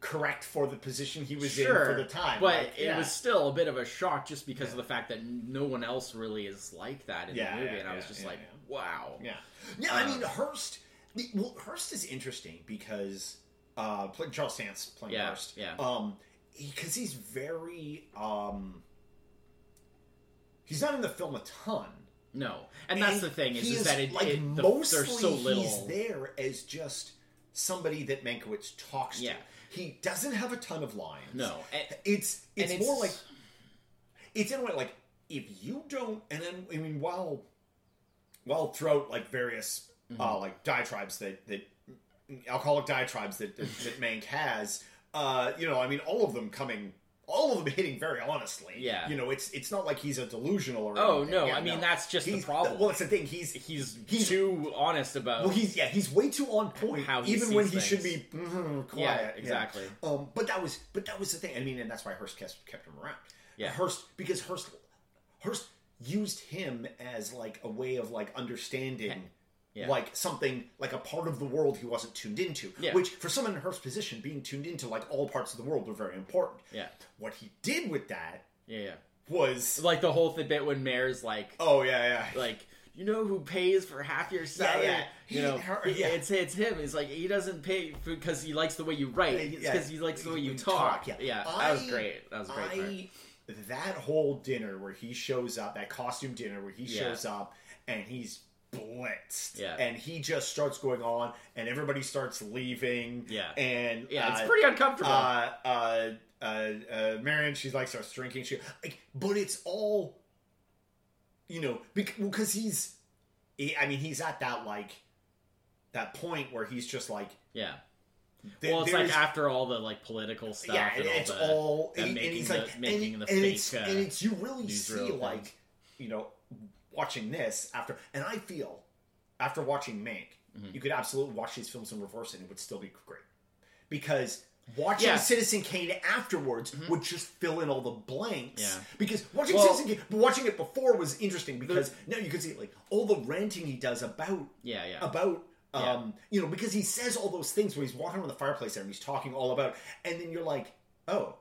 [SPEAKER 1] correct for the position he was in for the time.
[SPEAKER 2] But
[SPEAKER 1] Like,
[SPEAKER 2] it
[SPEAKER 1] yeah.
[SPEAKER 2] was still a bit of a shock just because of the fact that no one else really is like that in
[SPEAKER 1] Yeah,
[SPEAKER 2] the movie,
[SPEAKER 1] yeah,
[SPEAKER 2] and I was
[SPEAKER 1] yeah,
[SPEAKER 2] just
[SPEAKER 1] yeah,
[SPEAKER 2] like,
[SPEAKER 1] yeah.
[SPEAKER 2] wow.
[SPEAKER 1] Yeah. Yeah, I
[SPEAKER 2] Uh,
[SPEAKER 1] mean Hearst. the- Well, Hearst is interesting because uh, play- Charles Dance playing
[SPEAKER 2] Yeah,
[SPEAKER 1] Hearst.
[SPEAKER 2] yeah.
[SPEAKER 1] Um, because he's very um. He's not in the film a ton,
[SPEAKER 2] No, and that's
[SPEAKER 1] And
[SPEAKER 2] the thing is,
[SPEAKER 1] he
[SPEAKER 2] is, that it,
[SPEAKER 1] like
[SPEAKER 2] it the,
[SPEAKER 1] mostly
[SPEAKER 2] there's so
[SPEAKER 1] he's
[SPEAKER 2] little.
[SPEAKER 1] there as just somebody that Mankiewicz talks
[SPEAKER 2] Yeah.
[SPEAKER 1] to. He doesn't have a ton of lines.
[SPEAKER 2] No, and,
[SPEAKER 1] it's
[SPEAKER 2] and
[SPEAKER 1] it's, more like it's in a way like if you don't and then i mean
[SPEAKER 2] Mm-hmm.
[SPEAKER 1] while while throughout like various uh like diatribes that that alcoholic diatribes that that, that Mank has. Uh, you know, I mean, all of them coming, all of them hitting very honestly.
[SPEAKER 2] Yeah.
[SPEAKER 1] you know, it's it's not like he's a delusional or.
[SPEAKER 2] Oh
[SPEAKER 1] anything.
[SPEAKER 2] no!
[SPEAKER 1] Yeah,
[SPEAKER 2] I mean, that's just the
[SPEAKER 1] He's-
[SPEAKER 2] problem.
[SPEAKER 1] Well, that's the thing. He's
[SPEAKER 2] he's,
[SPEAKER 1] he's-
[SPEAKER 2] too honest about.
[SPEAKER 1] well, he's yeah, he's way too on point.
[SPEAKER 2] Oh. How he
[SPEAKER 1] even when
[SPEAKER 2] sees
[SPEAKER 1] he should
[SPEAKER 2] things.
[SPEAKER 1] be mm, quiet.
[SPEAKER 2] yeah, exactly.
[SPEAKER 1] Um, but that was but that was the thing. I mean, and that's why Hearst kept, kept him around.
[SPEAKER 2] Yeah.
[SPEAKER 1] Hearst because Hearst Hearst used him as like a way of like understanding.
[SPEAKER 2] Yeah.
[SPEAKER 1] Like something like a part of the world he wasn't tuned into,
[SPEAKER 2] Yeah.
[SPEAKER 1] which for someone in Hearst's position, being tuned into like all parts of the world were very important.
[SPEAKER 2] Yeah.
[SPEAKER 1] What he did with that
[SPEAKER 2] Yeah, yeah.
[SPEAKER 1] was
[SPEAKER 2] Like the whole th- bit when Mare's like,
[SPEAKER 1] oh yeah yeah
[SPEAKER 2] like you know who pays for half your salary?
[SPEAKER 1] yeah.
[SPEAKER 2] You know,
[SPEAKER 1] He- her-
[SPEAKER 2] he-
[SPEAKER 1] yeah.
[SPEAKER 2] it's it's him. He's like he doesn't pay because he likes the way you write. It's
[SPEAKER 1] Yeah.
[SPEAKER 2] because he likes the way you
[SPEAKER 1] We
[SPEAKER 2] talk.
[SPEAKER 1] talk,
[SPEAKER 2] Yeah,
[SPEAKER 1] yeah.
[SPEAKER 2] that was
[SPEAKER 1] I-
[SPEAKER 2] great. That was a great. part.
[SPEAKER 1] I that whole dinner where he shows up, that costume dinner where he
[SPEAKER 2] Yeah.
[SPEAKER 1] shows up and he's blitzed,
[SPEAKER 2] Yeah.
[SPEAKER 1] and he just starts going on, and everybody starts leaving,
[SPEAKER 2] Yeah.
[SPEAKER 1] and
[SPEAKER 2] Yeah, it's
[SPEAKER 1] uh,
[SPEAKER 2] pretty uncomfortable.
[SPEAKER 1] Uh, uh, uh, uh, Marion, she's like starts drinking. She like, but it's all, you know, because he's, he, I mean, he's at that like, that point where he's just like,
[SPEAKER 2] yeah.
[SPEAKER 1] th-
[SPEAKER 2] well, it's like
[SPEAKER 1] there's-
[SPEAKER 2] after all the like political stuff.
[SPEAKER 1] yeah,
[SPEAKER 2] and
[SPEAKER 1] and it's
[SPEAKER 2] all the,
[SPEAKER 1] all
[SPEAKER 2] and
[SPEAKER 1] and, and
[SPEAKER 2] making
[SPEAKER 1] he's
[SPEAKER 2] the-
[SPEAKER 1] like and-
[SPEAKER 2] making the
[SPEAKER 1] and it's,
[SPEAKER 2] fake, uh,
[SPEAKER 1] and it's you really
[SPEAKER 2] newsreel
[SPEAKER 1] see
[SPEAKER 2] things.
[SPEAKER 1] like you know watching this after and I feel after watching Mank,
[SPEAKER 2] Mm-hmm.
[SPEAKER 1] you could absolutely watch these films in reverse and it would still be great because watching
[SPEAKER 2] Yeah. Mm-hmm.
[SPEAKER 1] Citizen Kane afterwards would just fill in all the blanks.
[SPEAKER 2] Yeah.
[SPEAKER 1] Because watching
[SPEAKER 2] Well-
[SPEAKER 1] Citizen Kane, but watching it before was interesting because now you can see like all the ranting he does about
[SPEAKER 2] Yeah, yeah.
[SPEAKER 1] about
[SPEAKER 2] Yeah.
[SPEAKER 1] um you know because he says all those things when he's walking around the fireplace there and he's talking all about and then you're like oh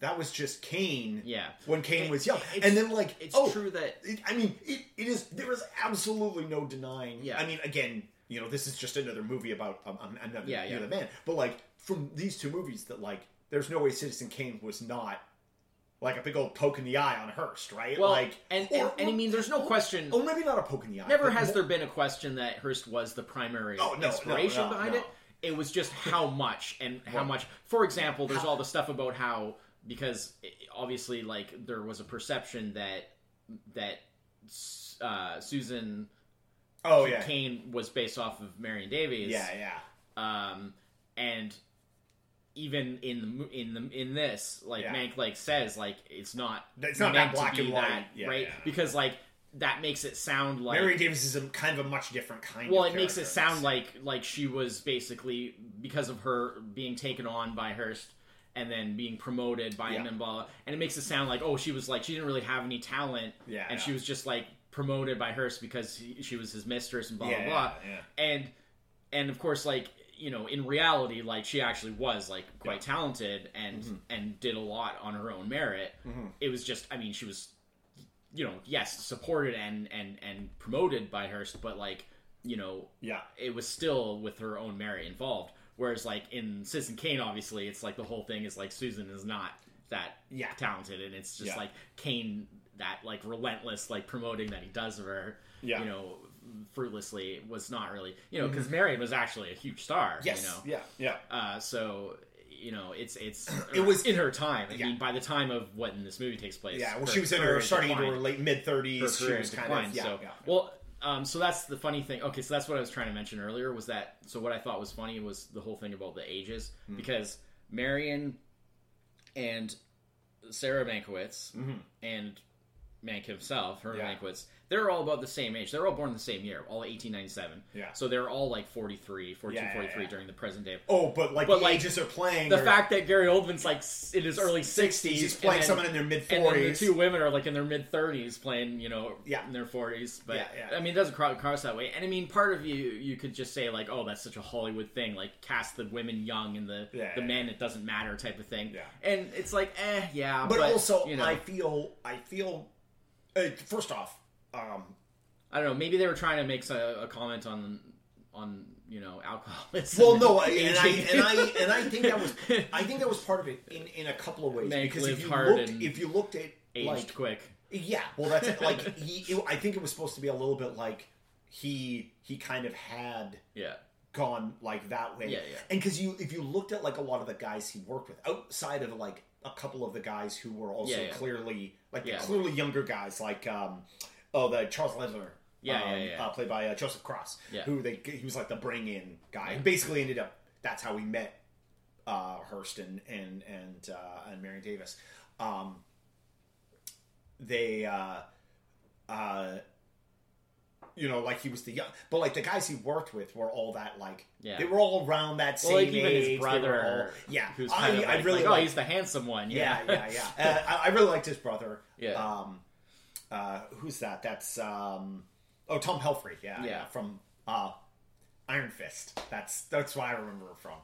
[SPEAKER 1] that was just Kane
[SPEAKER 2] Yeah.
[SPEAKER 1] when Kane
[SPEAKER 2] It-
[SPEAKER 1] was young
[SPEAKER 2] it's-
[SPEAKER 1] and then like
[SPEAKER 2] It's
[SPEAKER 1] oh
[SPEAKER 2] true that
[SPEAKER 1] it, I mean it, it is there is absolutely no denying
[SPEAKER 2] Yeah.
[SPEAKER 1] I mean again you know this is just another movie about um, um, another
[SPEAKER 2] Yeah, yeah.
[SPEAKER 1] another man but like from these two movies that like there's no way Citizen Kane was not like a big old poke in the eye on Hearst right
[SPEAKER 2] well,
[SPEAKER 1] like
[SPEAKER 2] and and,
[SPEAKER 1] or-
[SPEAKER 2] and I
[SPEAKER 1] or-
[SPEAKER 2] mean, there's no question.
[SPEAKER 1] oh maybe not a poke in the eye
[SPEAKER 2] Never
[SPEAKER 1] but
[SPEAKER 2] has
[SPEAKER 1] more-
[SPEAKER 2] there been a question that Hearst was the primary
[SPEAKER 1] Oh, no,
[SPEAKER 2] inspiration
[SPEAKER 1] no, no,
[SPEAKER 2] behind
[SPEAKER 1] no.
[SPEAKER 2] it. It was just how much and how
[SPEAKER 1] Well-
[SPEAKER 2] much. For example, there's all the stuff about how because eh, obviously, like there was a perception that that uh, Susan
[SPEAKER 1] oh yeah
[SPEAKER 2] Kane was based off of Marion Davies.
[SPEAKER 1] yeah yeah
[SPEAKER 2] Um, and even in the mo- in the in this, like
[SPEAKER 1] Yeah.
[SPEAKER 2] Mank like says, like it's not
[SPEAKER 1] It's not
[SPEAKER 2] meant
[SPEAKER 1] that black
[SPEAKER 2] to be
[SPEAKER 1] and white.
[SPEAKER 2] that,
[SPEAKER 1] Yeah,
[SPEAKER 2] right?
[SPEAKER 1] yeah.
[SPEAKER 2] Because like that makes it sound like
[SPEAKER 1] Mary Davis is a kind of a much different kind.
[SPEAKER 2] well
[SPEAKER 1] of
[SPEAKER 2] it makes it
[SPEAKER 1] character.
[SPEAKER 2] sound like like she was basically because of her being taken on by Hearst and then being promoted by him
[SPEAKER 1] Yeah.
[SPEAKER 2] and blah and it makes it sound like oh she was like she didn't really have any talent
[SPEAKER 1] Yeah,
[SPEAKER 2] and
[SPEAKER 1] yeah.
[SPEAKER 2] she was just like promoted by Hearst because he, she was his mistress and blah
[SPEAKER 1] Yeah,
[SPEAKER 2] blah blah
[SPEAKER 1] yeah,
[SPEAKER 2] and and of course like you know in reality like she actually was like quite talented and
[SPEAKER 1] Mm-hmm.
[SPEAKER 2] and did a lot on her own merit it was just i mean she was you know yes supported and and and promoted by hearst but like you know
[SPEAKER 1] yeah.
[SPEAKER 2] it was still with her own merit involved whereas like in citizen kane obviously it's like the whole thing is like susan is not that
[SPEAKER 1] Yeah.
[SPEAKER 2] talented and it's just
[SPEAKER 1] Yeah.
[SPEAKER 2] like kane that like relentless like promoting that he does of her
[SPEAKER 1] Yeah.
[SPEAKER 2] you know fruitlessly was not really you know because marion was actually a huge star
[SPEAKER 1] Yes.
[SPEAKER 2] you know
[SPEAKER 1] Yeah. Yeah.
[SPEAKER 2] uh, so you know, it's it's
[SPEAKER 1] It was-
[SPEAKER 2] in her time. I
[SPEAKER 1] Yeah.
[SPEAKER 2] mean, by the time of what in this movie takes place,
[SPEAKER 1] Yeah. Well, she was in her starting into her late mid thirties. She was kind of yeah.
[SPEAKER 2] so
[SPEAKER 1] yeah.
[SPEAKER 2] well, um, so that's the funny thing. Okay, so that's what I was trying to mention earlier was that. So what I thought was funny was the whole thing about the ages
[SPEAKER 1] Hmm.
[SPEAKER 2] because Marion and Sarah Bankowitz and Mank himself, Herman
[SPEAKER 1] Yeah.
[SPEAKER 2] Mankiewicz, they're all about the same age. They're all born the same year, all 1897.
[SPEAKER 1] Yeah.
[SPEAKER 2] So they're all like 43, 42,
[SPEAKER 1] Yeah, yeah,
[SPEAKER 2] 43
[SPEAKER 1] yeah.
[SPEAKER 2] during the present day.
[SPEAKER 1] Oh, but like
[SPEAKER 2] But,
[SPEAKER 1] the
[SPEAKER 2] like,
[SPEAKER 1] ages are playing.
[SPEAKER 2] The
[SPEAKER 1] are-
[SPEAKER 2] fact that Gary Oldman's like s- in his early 60s,
[SPEAKER 1] he's
[SPEAKER 2] and
[SPEAKER 1] playing
[SPEAKER 2] then-
[SPEAKER 1] someone in their mid
[SPEAKER 2] and then the
[SPEAKER 1] forties.
[SPEAKER 2] two women are like in their mid 30s playing, you know,
[SPEAKER 1] Yeah.
[SPEAKER 2] in their 40s. But
[SPEAKER 1] Yeah, yeah.
[SPEAKER 2] I mean, it doesn't cro- cross that way. And I mean, part of you, you could just say like, oh, that's such a Hollywood thing, like cast the women young and the
[SPEAKER 1] Yeah,
[SPEAKER 2] the
[SPEAKER 1] yeah,
[SPEAKER 2] men it doesn't matter type of thing.
[SPEAKER 1] Yeah.
[SPEAKER 2] And it's like, eh, yeah,
[SPEAKER 1] but, also,
[SPEAKER 2] you know,
[SPEAKER 1] I feel, I feel. Uh, first off, um,
[SPEAKER 2] I don't know. Maybe they were trying to make a, a comment on on you know alcoholism.
[SPEAKER 1] well, no, I- and I
[SPEAKER 2] aging.
[SPEAKER 1] and I and I think that was, I think that was part of it in in a couple of ways
[SPEAKER 2] Mank
[SPEAKER 1] because
[SPEAKER 2] lived
[SPEAKER 1] if you
[SPEAKER 2] hard
[SPEAKER 1] looked,
[SPEAKER 2] and
[SPEAKER 1] if you looked at
[SPEAKER 2] aged
[SPEAKER 1] like
[SPEAKER 2] quick.
[SPEAKER 1] Yeah, well, that's it. like he. It, I think it was supposed to be a little bit like he he kind of had
[SPEAKER 2] Yeah,
[SPEAKER 1] gone like that way.
[SPEAKER 2] Yeah, yeah.
[SPEAKER 1] And because you if you looked at like a lot of the guys he worked with outside of like a couple of the guys who were also
[SPEAKER 2] Yeah, yeah.
[SPEAKER 1] clearly like the
[SPEAKER 2] Yeah.
[SPEAKER 1] clearly younger guys like um oh the Charles Lesnar
[SPEAKER 2] Yeah, yeah, yeah.
[SPEAKER 1] Uh, played by uh, Joseph Cross,
[SPEAKER 2] Yeah.
[SPEAKER 1] who they he was like the bring in guy. Who basically ended up that's how we met uh, Hurst and and and uh, and Marion Davis. Um, they, uh, uh, you know, like he was the young, but like the guys he worked with were all that like
[SPEAKER 2] Yeah.
[SPEAKER 1] they were all around that same
[SPEAKER 2] Well, like even
[SPEAKER 1] age.
[SPEAKER 2] his
[SPEAKER 1] They were
[SPEAKER 2] brother,
[SPEAKER 1] all, yeah.
[SPEAKER 2] who's
[SPEAKER 1] I,
[SPEAKER 2] kind of
[SPEAKER 1] I
[SPEAKER 2] like,
[SPEAKER 1] really
[SPEAKER 2] like, oh,
[SPEAKER 1] liked-
[SPEAKER 2] he's the handsome one.
[SPEAKER 1] yeah,
[SPEAKER 2] Yeah,
[SPEAKER 1] yeah, yeah. Uh, I, I really liked his brother.
[SPEAKER 2] Yeah.
[SPEAKER 1] Um, uh, who's that? That's um, oh Tom Helfrey. Yeah, yeah.
[SPEAKER 2] Yeah.
[SPEAKER 1] From uh, Iron Fist. That's that's why I remember him from.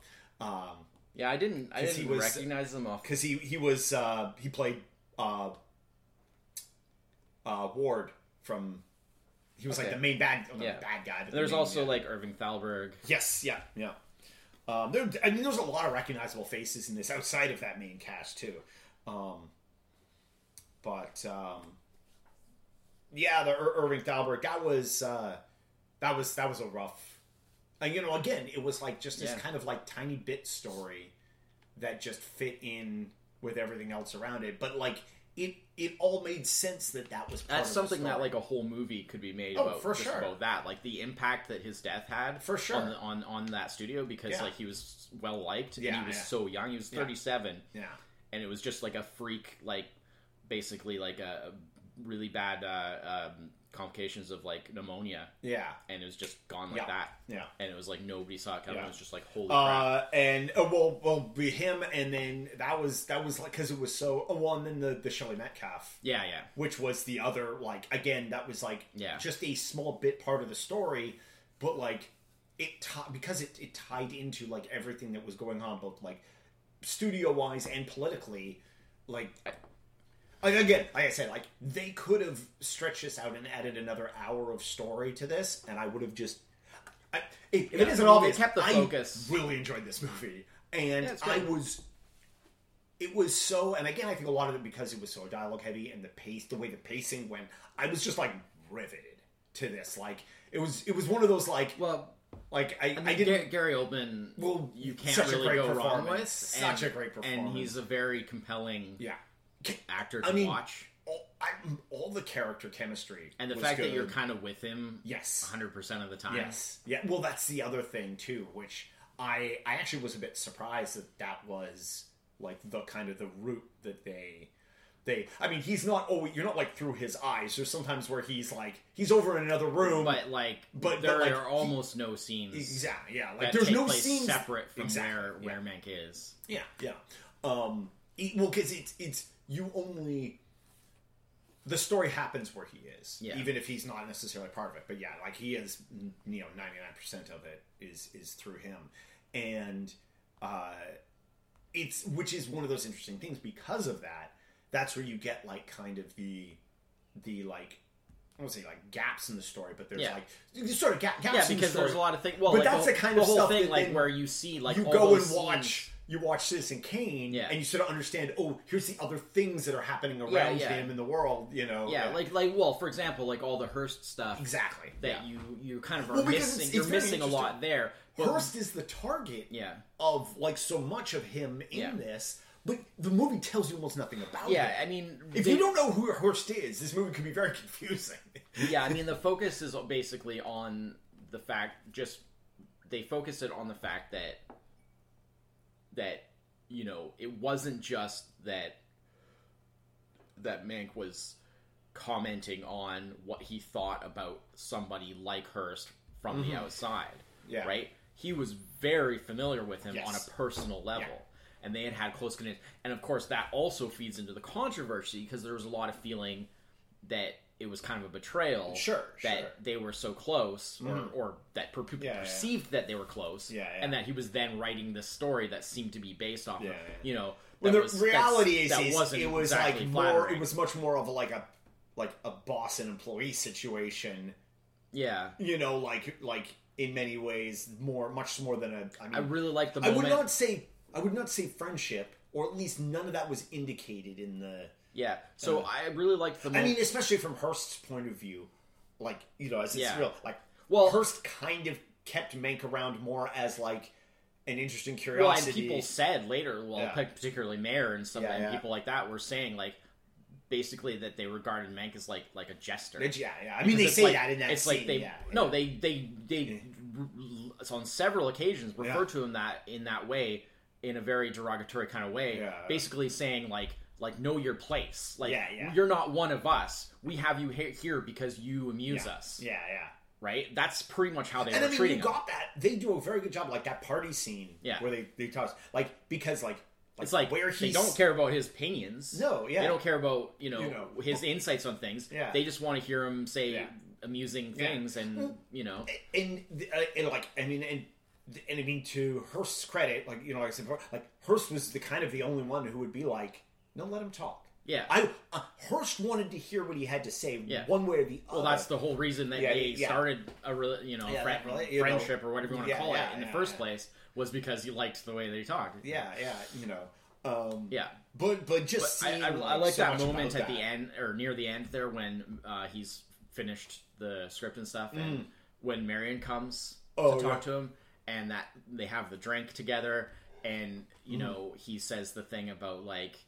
[SPEAKER 1] Um,
[SPEAKER 2] Yeah, I didn't. I
[SPEAKER 1] 'Cause
[SPEAKER 2] didn't
[SPEAKER 1] he was-
[SPEAKER 2] recognize them off.
[SPEAKER 1] because he he was uh, he played uh, uh, Ward from. He was like
[SPEAKER 2] Okay.
[SPEAKER 1] the main bad, well, not
[SPEAKER 2] Yeah.
[SPEAKER 1] bad guy. But the
[SPEAKER 2] There's
[SPEAKER 1] main-
[SPEAKER 2] also
[SPEAKER 1] yeah.
[SPEAKER 2] like Irving Thalberg.
[SPEAKER 1] yes, yeah, yeah. Um, there, I mean, there's a lot of recognizable faces in this outside of that main cast too. Um, but um, yeah, the Ir- Irving Thalberg that was uh, that was that was a rough. And you know, again, it was like just this
[SPEAKER 2] Yeah.
[SPEAKER 1] kind of like tiny bit story that just fit in with everything else around it. But like it, it all made sense that that was part
[SPEAKER 2] That's
[SPEAKER 1] of the
[SPEAKER 2] something that
[SPEAKER 1] story.
[SPEAKER 2] like a whole movie could be made
[SPEAKER 1] Oh,
[SPEAKER 2] about
[SPEAKER 1] for
[SPEAKER 2] just
[SPEAKER 1] sure.
[SPEAKER 2] about that, like the impact that his death had
[SPEAKER 1] For sure.
[SPEAKER 2] on the- on, on that studio because
[SPEAKER 1] Yeah.
[SPEAKER 2] like he was well liked and
[SPEAKER 1] Yeah,
[SPEAKER 2] he was
[SPEAKER 1] yeah.
[SPEAKER 2] so young, he was
[SPEAKER 1] Yeah.
[SPEAKER 2] 37,
[SPEAKER 1] yeah.
[SPEAKER 2] and it was just like a freak, like basically like a a really bad uh, um, complications of like pneumonia,
[SPEAKER 1] Yeah,
[SPEAKER 2] and it was just gone like
[SPEAKER 1] Yeah.
[SPEAKER 2] that,
[SPEAKER 1] yeah.
[SPEAKER 2] and it was like nobody saw it coming.
[SPEAKER 1] Yeah.
[SPEAKER 2] It was just like holy crap,
[SPEAKER 1] Uh, and uh, well, well, be him, and then that was that was like because it was so. Oh, well, and then the the Shelley Metcalf,
[SPEAKER 2] yeah, yeah,
[SPEAKER 1] which was the other like again that was like
[SPEAKER 2] Yeah.
[SPEAKER 1] just a small bit part of the story, but like it ti- because it it tied into like everything that was going on both like studio wise and politically, like. like again, like I said, like they could have stretched this out and added another hour of story to this, and I would have just. I, if
[SPEAKER 2] Yeah,
[SPEAKER 1] it isn't
[SPEAKER 2] well, they
[SPEAKER 1] obvious,
[SPEAKER 2] kept the
[SPEAKER 1] I
[SPEAKER 2] focus.
[SPEAKER 1] really enjoyed this movie, and
[SPEAKER 2] Yeah, it's
[SPEAKER 1] I
[SPEAKER 2] good.
[SPEAKER 1] was. It was so, and again, I think a lot of it because it was so dialogue heavy and the pace, the way the pacing went. I was just like riveted to this. Like it was, it was one of those like,
[SPEAKER 2] well.
[SPEAKER 1] like I, I,
[SPEAKER 2] I
[SPEAKER 1] didn't.
[SPEAKER 2] Ga- Gary Oldman,
[SPEAKER 1] Well,
[SPEAKER 2] you can't
[SPEAKER 1] such a
[SPEAKER 2] really
[SPEAKER 1] great
[SPEAKER 2] go wrong
[SPEAKER 1] performance.
[SPEAKER 2] with.
[SPEAKER 1] Such
[SPEAKER 2] and-
[SPEAKER 1] a great
[SPEAKER 2] And
[SPEAKER 1] performance.
[SPEAKER 2] he's a very compelling
[SPEAKER 1] yeah,
[SPEAKER 2] actor to
[SPEAKER 1] I mean,
[SPEAKER 2] watch.
[SPEAKER 1] all, I, all the character chemistry
[SPEAKER 2] And the
[SPEAKER 1] was
[SPEAKER 2] fact that you're
[SPEAKER 1] good.
[SPEAKER 2] kind of with him
[SPEAKER 1] yes,
[SPEAKER 2] 100% of the time.
[SPEAKER 1] Yes. Yeah. Well, that's the other thing too, which I I actually was a bit surprised that that was like the kind of the route that they they. I mean, he's not always. You're not like through his eyes. There's sometimes where he's like he's over in another room.
[SPEAKER 2] But, like,
[SPEAKER 1] But-
[SPEAKER 2] there
[SPEAKER 1] but, like,
[SPEAKER 2] are
[SPEAKER 1] he-
[SPEAKER 2] almost no scenes
[SPEAKER 1] exactly. Yeah. Like
[SPEAKER 2] that
[SPEAKER 1] there's
[SPEAKER 2] take
[SPEAKER 1] no
[SPEAKER 2] place
[SPEAKER 1] scenes
[SPEAKER 2] separate from
[SPEAKER 1] Exactly,
[SPEAKER 2] where,
[SPEAKER 1] yeah.
[SPEAKER 2] where Mank is.
[SPEAKER 1] Yeah, yeah. Um, it, well, because it's it's you only the story happens where he is,
[SPEAKER 2] Yeah.
[SPEAKER 1] even if he's not necessarily part of it. But yeah, like he is, n- you know, ninety nine percent of it is is through him, and uh, it's which is one of those interesting things because of that. That's where you get like kind of the the like. I don't say like gaps in the story, but there's
[SPEAKER 2] Yeah.
[SPEAKER 1] like sort of ga- gaps
[SPEAKER 2] Yeah,
[SPEAKER 1] in the
[SPEAKER 2] because
[SPEAKER 1] story
[SPEAKER 2] there's a lot of things. Well,
[SPEAKER 1] But
[SPEAKER 2] like,
[SPEAKER 1] that's
[SPEAKER 2] the,
[SPEAKER 1] the kind
[SPEAKER 2] the
[SPEAKER 1] of
[SPEAKER 2] whole
[SPEAKER 1] stuff
[SPEAKER 2] thing,
[SPEAKER 1] that
[SPEAKER 2] like,
[SPEAKER 1] then
[SPEAKER 2] where you see, like,
[SPEAKER 1] you
[SPEAKER 2] all
[SPEAKER 1] go
[SPEAKER 2] those
[SPEAKER 1] and watch
[SPEAKER 2] scenes-
[SPEAKER 1] you watch Citizen Kane
[SPEAKER 2] Yeah.
[SPEAKER 1] and you sort of understand oh here's the other things that are happening around
[SPEAKER 2] yeah.
[SPEAKER 1] him in the world you know
[SPEAKER 2] Yeah, like, like, well, for example, like all the Hearst stuff
[SPEAKER 1] exactly
[SPEAKER 2] that you you kind of are
[SPEAKER 1] Well, because
[SPEAKER 2] missing.
[SPEAKER 1] it's-
[SPEAKER 2] you're
[SPEAKER 1] it's very
[SPEAKER 2] missing a lot there. But,
[SPEAKER 1] Hearst is the target
[SPEAKER 2] yeah.
[SPEAKER 1] of like so much of him in
[SPEAKER 2] Yeah.
[SPEAKER 1] this but the movie tells you almost nothing about
[SPEAKER 2] Yeah,
[SPEAKER 1] him
[SPEAKER 2] I mean,
[SPEAKER 1] if
[SPEAKER 2] they-
[SPEAKER 1] you don't know who Hearst is this movie can be very confusing
[SPEAKER 2] yeah, I mean, the focus is basically on the fact. Just they focus it on the fact that that you know it wasn't just that that Mank was commenting on what he thought about somebody like Hearst from the outside.
[SPEAKER 1] Mm-hmm. Yeah.
[SPEAKER 2] right. He was very familiar with him on
[SPEAKER 1] Yes.
[SPEAKER 2] a personal level. And they had had close connect, and of course that also feeds into the controversy because there was a lot of feeling that it was kind of a betrayal.
[SPEAKER 1] Sure,
[SPEAKER 2] that
[SPEAKER 1] sure. Mm-hmm.
[SPEAKER 2] they were so close, or, or that per- people
[SPEAKER 1] Yeah, yeah.
[SPEAKER 2] perceived that they were close,
[SPEAKER 1] Yeah, yeah.
[SPEAKER 2] and that he was then writing this story that seemed to be based off.
[SPEAKER 1] Yeah,
[SPEAKER 2] of,
[SPEAKER 1] yeah.
[SPEAKER 2] You know,
[SPEAKER 1] when
[SPEAKER 2] that
[SPEAKER 1] the
[SPEAKER 2] was-
[SPEAKER 1] reality is,
[SPEAKER 2] that's- that
[SPEAKER 1] is
[SPEAKER 2] wasn't
[SPEAKER 1] it was
[SPEAKER 2] exactly
[SPEAKER 1] like more
[SPEAKER 2] flattering.
[SPEAKER 1] it was much more of like a like a boss and employee situation
[SPEAKER 2] yeah.
[SPEAKER 1] you know, like like in many ways more much more than a. I mean,
[SPEAKER 2] I really like the
[SPEAKER 1] Mm-hmm. I
[SPEAKER 2] moment.
[SPEAKER 1] would not say I would not say friendship, or at least none of that was indicated in the.
[SPEAKER 2] yeah, so I really liked the.
[SPEAKER 1] I
[SPEAKER 2] moment.
[SPEAKER 1] mean, especially from Hearst's point of view, like you know, as it's
[SPEAKER 2] Yeah.
[SPEAKER 1] real, like
[SPEAKER 2] Well-
[SPEAKER 1] Hearst kind of kept Mank around more as like an interesting
[SPEAKER 2] well, and
[SPEAKER 1] curiosity.
[SPEAKER 2] people said later, well,
[SPEAKER 1] Yeah.
[SPEAKER 2] particularly Mayer and stuff,
[SPEAKER 1] Yeah,
[SPEAKER 2] and
[SPEAKER 1] yeah.
[SPEAKER 2] people like that were saying like basically that they regarded Mank as like like a jester.
[SPEAKER 1] It's- yeah, yeah. I mean, they
[SPEAKER 2] It's
[SPEAKER 1] say
[SPEAKER 2] like-
[SPEAKER 1] that in that
[SPEAKER 2] It's
[SPEAKER 1] scene.
[SPEAKER 2] like they
[SPEAKER 1] yeah.
[SPEAKER 2] no, they they they it's on several occasions refer
[SPEAKER 1] Yeah.
[SPEAKER 2] to him that in that way in a very derogatory kind of way,
[SPEAKER 1] Yeah.
[SPEAKER 2] basically saying like like know your place, like
[SPEAKER 1] Yeah, yeah.
[SPEAKER 2] you're not one of us. We have you he- here because you amuse
[SPEAKER 1] Yeah.
[SPEAKER 2] us,
[SPEAKER 1] Yeah, yeah.
[SPEAKER 2] right? That's pretty much how they
[SPEAKER 1] and
[SPEAKER 2] were
[SPEAKER 1] I mean,
[SPEAKER 2] treating
[SPEAKER 1] you
[SPEAKER 2] him.
[SPEAKER 1] got that. They do a very good job, like that party scene
[SPEAKER 2] Yeah.
[SPEAKER 1] where they they toss like because like,
[SPEAKER 2] It's like
[SPEAKER 1] where
[SPEAKER 2] they
[SPEAKER 1] he's
[SPEAKER 2] don't care about his opinions.
[SPEAKER 1] No, yeah,
[SPEAKER 2] They don't care about you know,
[SPEAKER 1] You know.
[SPEAKER 2] his insights on things.
[SPEAKER 1] Yeah.
[SPEAKER 2] They just want to hear him say
[SPEAKER 1] Yeah.
[SPEAKER 2] amusing
[SPEAKER 1] Yeah.
[SPEAKER 2] things, and
[SPEAKER 1] Well,
[SPEAKER 2] you know,
[SPEAKER 1] and, uh, and like I mean, and and I mean to Hearst's credit, like you know, like I said before, like Hearst was the kind of the only one who would be like, no, let him talk.
[SPEAKER 2] yeah.
[SPEAKER 1] I uh, Hearst wanted to hear what he had to say,
[SPEAKER 2] Yeah.
[SPEAKER 1] one way or the other.
[SPEAKER 2] well, that's the whole reason that
[SPEAKER 1] Yeah,
[SPEAKER 2] they
[SPEAKER 1] yeah.
[SPEAKER 2] started a re- you know
[SPEAKER 1] Yeah,
[SPEAKER 2] friend-
[SPEAKER 1] that rela- you know.
[SPEAKER 2] friendship or whatever you want to
[SPEAKER 1] Yeah,
[SPEAKER 2] call
[SPEAKER 1] yeah,
[SPEAKER 2] it in the
[SPEAKER 1] yeah,
[SPEAKER 2] first
[SPEAKER 1] yeah.
[SPEAKER 2] place was because he liked the way they talked.
[SPEAKER 1] yeah, yeah, you know, um,
[SPEAKER 2] Yeah.
[SPEAKER 1] But but just
[SPEAKER 2] I,
[SPEAKER 1] seeing,
[SPEAKER 2] I,
[SPEAKER 1] like,
[SPEAKER 2] I like
[SPEAKER 1] so
[SPEAKER 2] that
[SPEAKER 1] much about
[SPEAKER 2] moment at the
[SPEAKER 1] that.
[SPEAKER 2] end or near the end there when uh, he's finished the script and stuff, and when Marion comes
[SPEAKER 1] Mm. Oh,
[SPEAKER 2] to talk to him, and that they have the drink together, and
[SPEAKER 1] Mm.
[SPEAKER 2] you know he says the thing about like.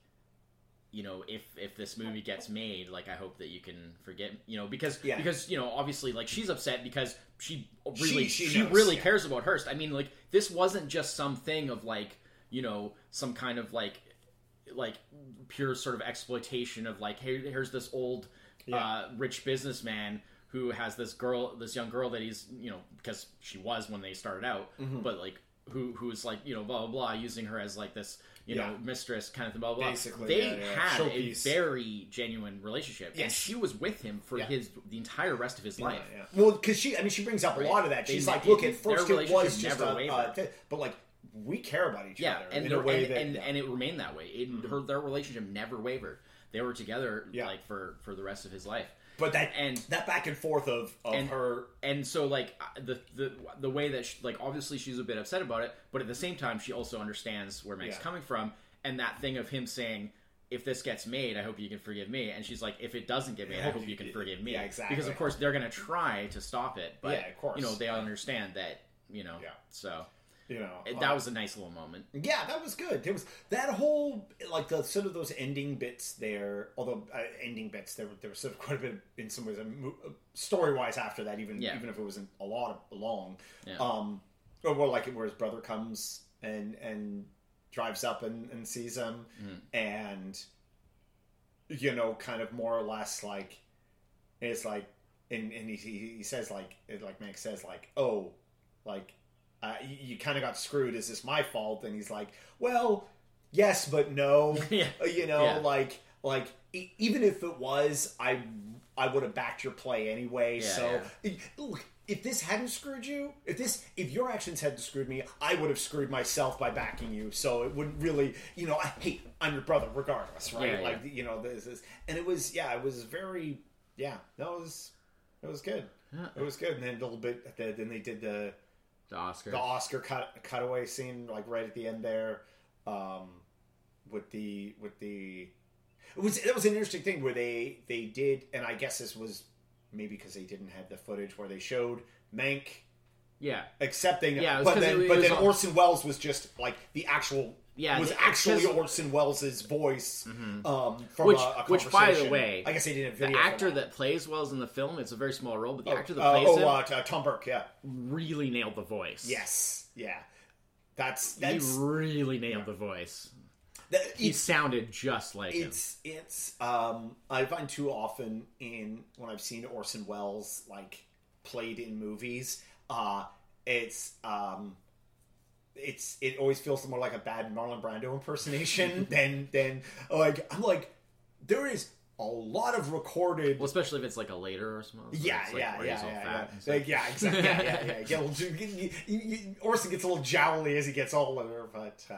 [SPEAKER 2] You know, if if this movie gets made, like I hope that you can forget. You know, because
[SPEAKER 1] Yeah.
[SPEAKER 2] because you know, obviously, like she's upset because she really
[SPEAKER 1] She-
[SPEAKER 2] she,
[SPEAKER 1] she knows,
[SPEAKER 2] really
[SPEAKER 1] yeah.
[SPEAKER 2] cares about Hearst. I mean, like this wasn't just something of like you know some kind of like like pure sort of exploitation of like hey here's this old uh, rich businessman who has this girl this young girl that he's you know because she was when they started out
[SPEAKER 1] Mm-hmm.
[SPEAKER 2] but like who who's like you know blah blah blah using her as like this you
[SPEAKER 1] Yeah.
[SPEAKER 2] know mistress kind of thing blah blah blah.
[SPEAKER 1] Basically,
[SPEAKER 2] they
[SPEAKER 1] yeah, yeah.
[SPEAKER 2] had
[SPEAKER 1] Showpiece.
[SPEAKER 2] a very genuine relationship and
[SPEAKER 1] Yes.
[SPEAKER 2] she was with him for
[SPEAKER 1] Yeah.
[SPEAKER 2] his the entire rest of his life
[SPEAKER 1] Yeah. Well, because she, I mean, she brings up a lot of that.
[SPEAKER 2] They
[SPEAKER 1] She's
[SPEAKER 2] ne-
[SPEAKER 1] like, look,
[SPEAKER 2] it-
[SPEAKER 1] at first
[SPEAKER 2] their
[SPEAKER 1] it was
[SPEAKER 2] relationship
[SPEAKER 1] just a,
[SPEAKER 2] never
[SPEAKER 1] uh,
[SPEAKER 2] wavered.
[SPEAKER 1] thing, but like we care about each other
[SPEAKER 2] and
[SPEAKER 1] in
[SPEAKER 2] their-
[SPEAKER 1] a way
[SPEAKER 2] and,
[SPEAKER 1] that
[SPEAKER 2] and,
[SPEAKER 1] yeah. Mm-hmm.
[SPEAKER 2] and it remained that way. It her, their relationship never wavered. They were together
[SPEAKER 1] Yeah.
[SPEAKER 2] like for for the rest of his life.
[SPEAKER 1] But that
[SPEAKER 2] and-
[SPEAKER 1] that back and forth of, of
[SPEAKER 2] and-
[SPEAKER 1] her,
[SPEAKER 2] And so like I- the the the way that she, like obviously she's a bit upset about it, but at the same time she also understands where Meg's
[SPEAKER 1] Yeah.
[SPEAKER 2] coming from and that thing of him saying if this gets made, I hope you can forgive me. And she's like, if it doesn't get made, I hope you can forgive me.
[SPEAKER 1] Yeah, exactly.
[SPEAKER 2] Because of course they're gonna try to stop it, but
[SPEAKER 1] Yeah, of course.
[SPEAKER 2] you know they understand that you know.
[SPEAKER 1] Yeah.
[SPEAKER 2] So
[SPEAKER 1] you know,
[SPEAKER 2] it-
[SPEAKER 1] uh,
[SPEAKER 2] that was a nice little moment.
[SPEAKER 1] yeah, that was good. There was that whole like the sort of those ending bits there. Although uh, ending bits, there were there was sort of quite a bit in some ways, story wise after that. Even
[SPEAKER 2] Yeah.
[SPEAKER 1] even if it wasn't a lot of, long,
[SPEAKER 2] Yeah.
[SPEAKER 1] um, or well, like where his brother comes and and drives up and, and sees him,
[SPEAKER 2] Mm-hmm.
[SPEAKER 1] and you know, kind of more or less like it's like, and and he he he says like it like Max says like oh like uh, you, you kind of got screwed. Is this my fault? And he's like, well, yes, but no.
[SPEAKER 2] Yeah.
[SPEAKER 1] Uh, You know,
[SPEAKER 2] Yeah.
[SPEAKER 1] like like e- even if it was, I I would have backed your play anyway.
[SPEAKER 2] Yeah,
[SPEAKER 1] so it- look, if this hadn't screwed you, if this if your actions hadn't screwed me, I would have screwed myself by backing you. So it wouldn't really, you know, I hate I'm your brother regardless, right?
[SPEAKER 2] Yeah,
[SPEAKER 1] like you know this is and it was yeah, it was very yeah, that was it was good. It was good, and then a little bit. at the- Then they did the
[SPEAKER 2] The Oscar.
[SPEAKER 1] the Oscar cut, cutaway scene, like right at the end there, um, with the with the it was that was an interesting thing where they they did, and I guess this was maybe because they didn't have the footage where they showed Mank
[SPEAKER 2] yeah.
[SPEAKER 1] accepting,
[SPEAKER 2] Yeah, it was
[SPEAKER 1] but
[SPEAKER 2] 'cause
[SPEAKER 1] then
[SPEAKER 2] it- it
[SPEAKER 1] but
[SPEAKER 2] was
[SPEAKER 1] then
[SPEAKER 2] on-
[SPEAKER 1] Orson Welles was just like the actual.
[SPEAKER 2] Yeah,
[SPEAKER 1] was
[SPEAKER 2] the-
[SPEAKER 1] actually
[SPEAKER 2] because-
[SPEAKER 1] Orson Welles's voice um, from
[SPEAKER 2] Which-
[SPEAKER 1] a, a
[SPEAKER 2] which, by the
[SPEAKER 1] conversation.
[SPEAKER 2] way,
[SPEAKER 1] I guess they didn't have
[SPEAKER 2] the
[SPEAKER 1] video. for
[SPEAKER 2] actor that plays Wells in the film, it's a very small role, but the actor that
[SPEAKER 1] uh,
[SPEAKER 2] plays
[SPEAKER 1] oh,
[SPEAKER 2] him
[SPEAKER 1] uh, t- uh, Tom Burke, yeah,
[SPEAKER 2] really nailed the voice.
[SPEAKER 1] yes, yeah, that's
[SPEAKER 2] He
[SPEAKER 1] that's
[SPEAKER 2] really nailed the voice.
[SPEAKER 1] that,
[SPEAKER 2] He
[SPEAKER 1] it's-
[SPEAKER 2] sounded just like him.
[SPEAKER 1] It's it's um I find too often in when I've seen Orson Welles like played in movies, uh it's um it's it always feels more like a bad Marlon Brando impersonation than than like I'm like there is a lot of recorded
[SPEAKER 2] Well, especially if it's like a later or something.
[SPEAKER 1] yeah,
[SPEAKER 2] It's, like,
[SPEAKER 1] yeah,
[SPEAKER 2] where
[SPEAKER 1] yeah,
[SPEAKER 2] he's all
[SPEAKER 1] yeah,
[SPEAKER 2] fat.
[SPEAKER 1] yeah.
[SPEAKER 2] It's
[SPEAKER 1] Like, yeah, exactly. Yeah, yeah, yeah. yeah. Well, you- you- you- you- Orson gets a little jowly as he gets older, but uh,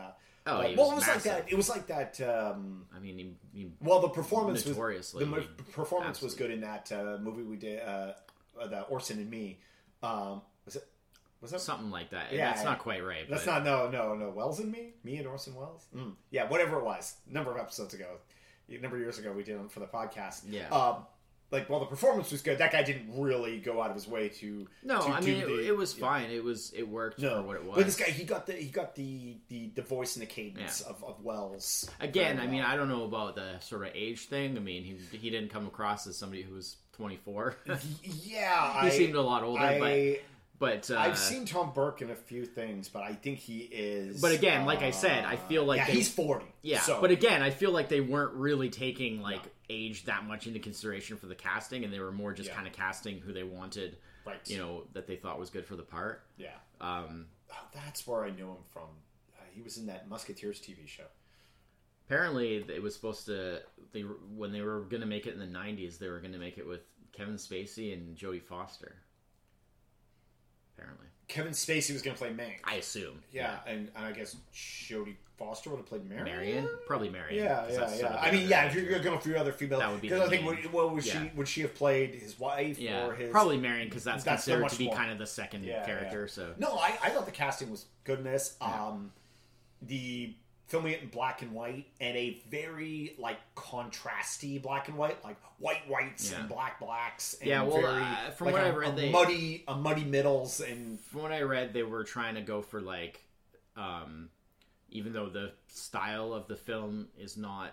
[SPEAKER 2] Oh,
[SPEAKER 1] but-
[SPEAKER 2] he
[SPEAKER 1] well,
[SPEAKER 2] was
[SPEAKER 1] it was
[SPEAKER 2] massive.
[SPEAKER 1] like that. It was like that. Um,
[SPEAKER 2] I mean, he, he-
[SPEAKER 1] well, the performance was
[SPEAKER 2] Notoriously
[SPEAKER 1] the mo- performance was
[SPEAKER 2] absolute.
[SPEAKER 1] good in that uh, movie we did, uh, uh, the Orson and Me. Um, was it? Was that?
[SPEAKER 2] something like that.
[SPEAKER 1] Yeah,
[SPEAKER 2] that's
[SPEAKER 1] yeah.
[SPEAKER 2] not quite right.
[SPEAKER 1] That's
[SPEAKER 2] but
[SPEAKER 1] not no no no Wells and Me, me and Orson Welles. Mm. Yeah, whatever it was, number of episodes ago, a number of years ago, we did it for the podcast.
[SPEAKER 2] Yeah.
[SPEAKER 1] Um, like while the performance was good, that guy didn't really go out of his way to
[SPEAKER 2] No,
[SPEAKER 1] to
[SPEAKER 2] I
[SPEAKER 1] do
[SPEAKER 2] mean it,
[SPEAKER 1] the-
[SPEAKER 2] it was
[SPEAKER 1] yeah.
[SPEAKER 2] fine. It was it worked
[SPEAKER 1] No,
[SPEAKER 2] for what it was.
[SPEAKER 1] But this guy, he got the he got the the, the voice and the cadence of, of Wells. uh,
[SPEAKER 2] Again,
[SPEAKER 1] very
[SPEAKER 2] I mean,
[SPEAKER 1] well.
[SPEAKER 2] I don't know about the sort of age thing. I mean, he he didn't come across as somebody who was 24. he
[SPEAKER 1] yeah, I,
[SPEAKER 2] seemed a lot older,
[SPEAKER 1] I,
[SPEAKER 2] but but uh,
[SPEAKER 1] I've seen Tom Burke in a few things, but I think he is. uh,
[SPEAKER 2] But again, like I said, I feel like
[SPEAKER 1] yeah,
[SPEAKER 2] they-
[SPEAKER 1] he's forty.
[SPEAKER 2] yeah.
[SPEAKER 1] so,
[SPEAKER 2] But again, I feel like they weren't really taking like age that much into consideration for the casting, and they were more just
[SPEAKER 1] Yeah.
[SPEAKER 2] kind of casting who they wanted,
[SPEAKER 1] right,
[SPEAKER 2] you know, that they thought was good for the part.
[SPEAKER 1] yeah,
[SPEAKER 2] Um,
[SPEAKER 1] Oh, that's where I knew him from. Uh, he was in that Musketeers TV show.
[SPEAKER 2] apparently, it was supposed to they were- when they were going to make it in the 90s, they were going to make it with Kevin Spacey and Jodie Foster. Apparently,
[SPEAKER 1] Kevin Spacey was going to play Mank.
[SPEAKER 2] I assume.
[SPEAKER 1] yeah, And, and I guess Jodie Foster would have played Marion.
[SPEAKER 2] Marion? Probably Marion.
[SPEAKER 1] Yeah,
[SPEAKER 2] 'cause
[SPEAKER 1] yeah,
[SPEAKER 2] that's sort
[SPEAKER 1] yeah.
[SPEAKER 2] of
[SPEAKER 1] I
[SPEAKER 2] the
[SPEAKER 1] mean,
[SPEAKER 2] other
[SPEAKER 1] yeah. If
[SPEAKER 2] major-
[SPEAKER 1] you're going to go through other female,
[SPEAKER 2] That would be
[SPEAKER 1] because
[SPEAKER 2] the
[SPEAKER 1] I think
[SPEAKER 2] main-
[SPEAKER 1] would, well, would
[SPEAKER 2] yeah.
[SPEAKER 1] she would she have played his wife
[SPEAKER 2] yeah,
[SPEAKER 1] or his
[SPEAKER 2] probably Marion because that's,
[SPEAKER 1] That's the
[SPEAKER 2] considered
[SPEAKER 1] much
[SPEAKER 2] to be
[SPEAKER 1] more-
[SPEAKER 2] kind of the second
[SPEAKER 1] Yeah,
[SPEAKER 2] character. So
[SPEAKER 1] No, I, I thought the casting was goodness. Um, the filming it in black and white and a very like contrasty black and white, like white whites
[SPEAKER 2] Yeah.
[SPEAKER 1] and black blacks. And
[SPEAKER 2] Yeah, well,
[SPEAKER 1] very,
[SPEAKER 2] uh, from
[SPEAKER 1] like,
[SPEAKER 2] what
[SPEAKER 1] a-
[SPEAKER 2] I read,
[SPEAKER 1] a
[SPEAKER 2] they-
[SPEAKER 1] muddy a muddy middles and
[SPEAKER 2] from what I read, they were trying to go for like, um, even though the style of the film is not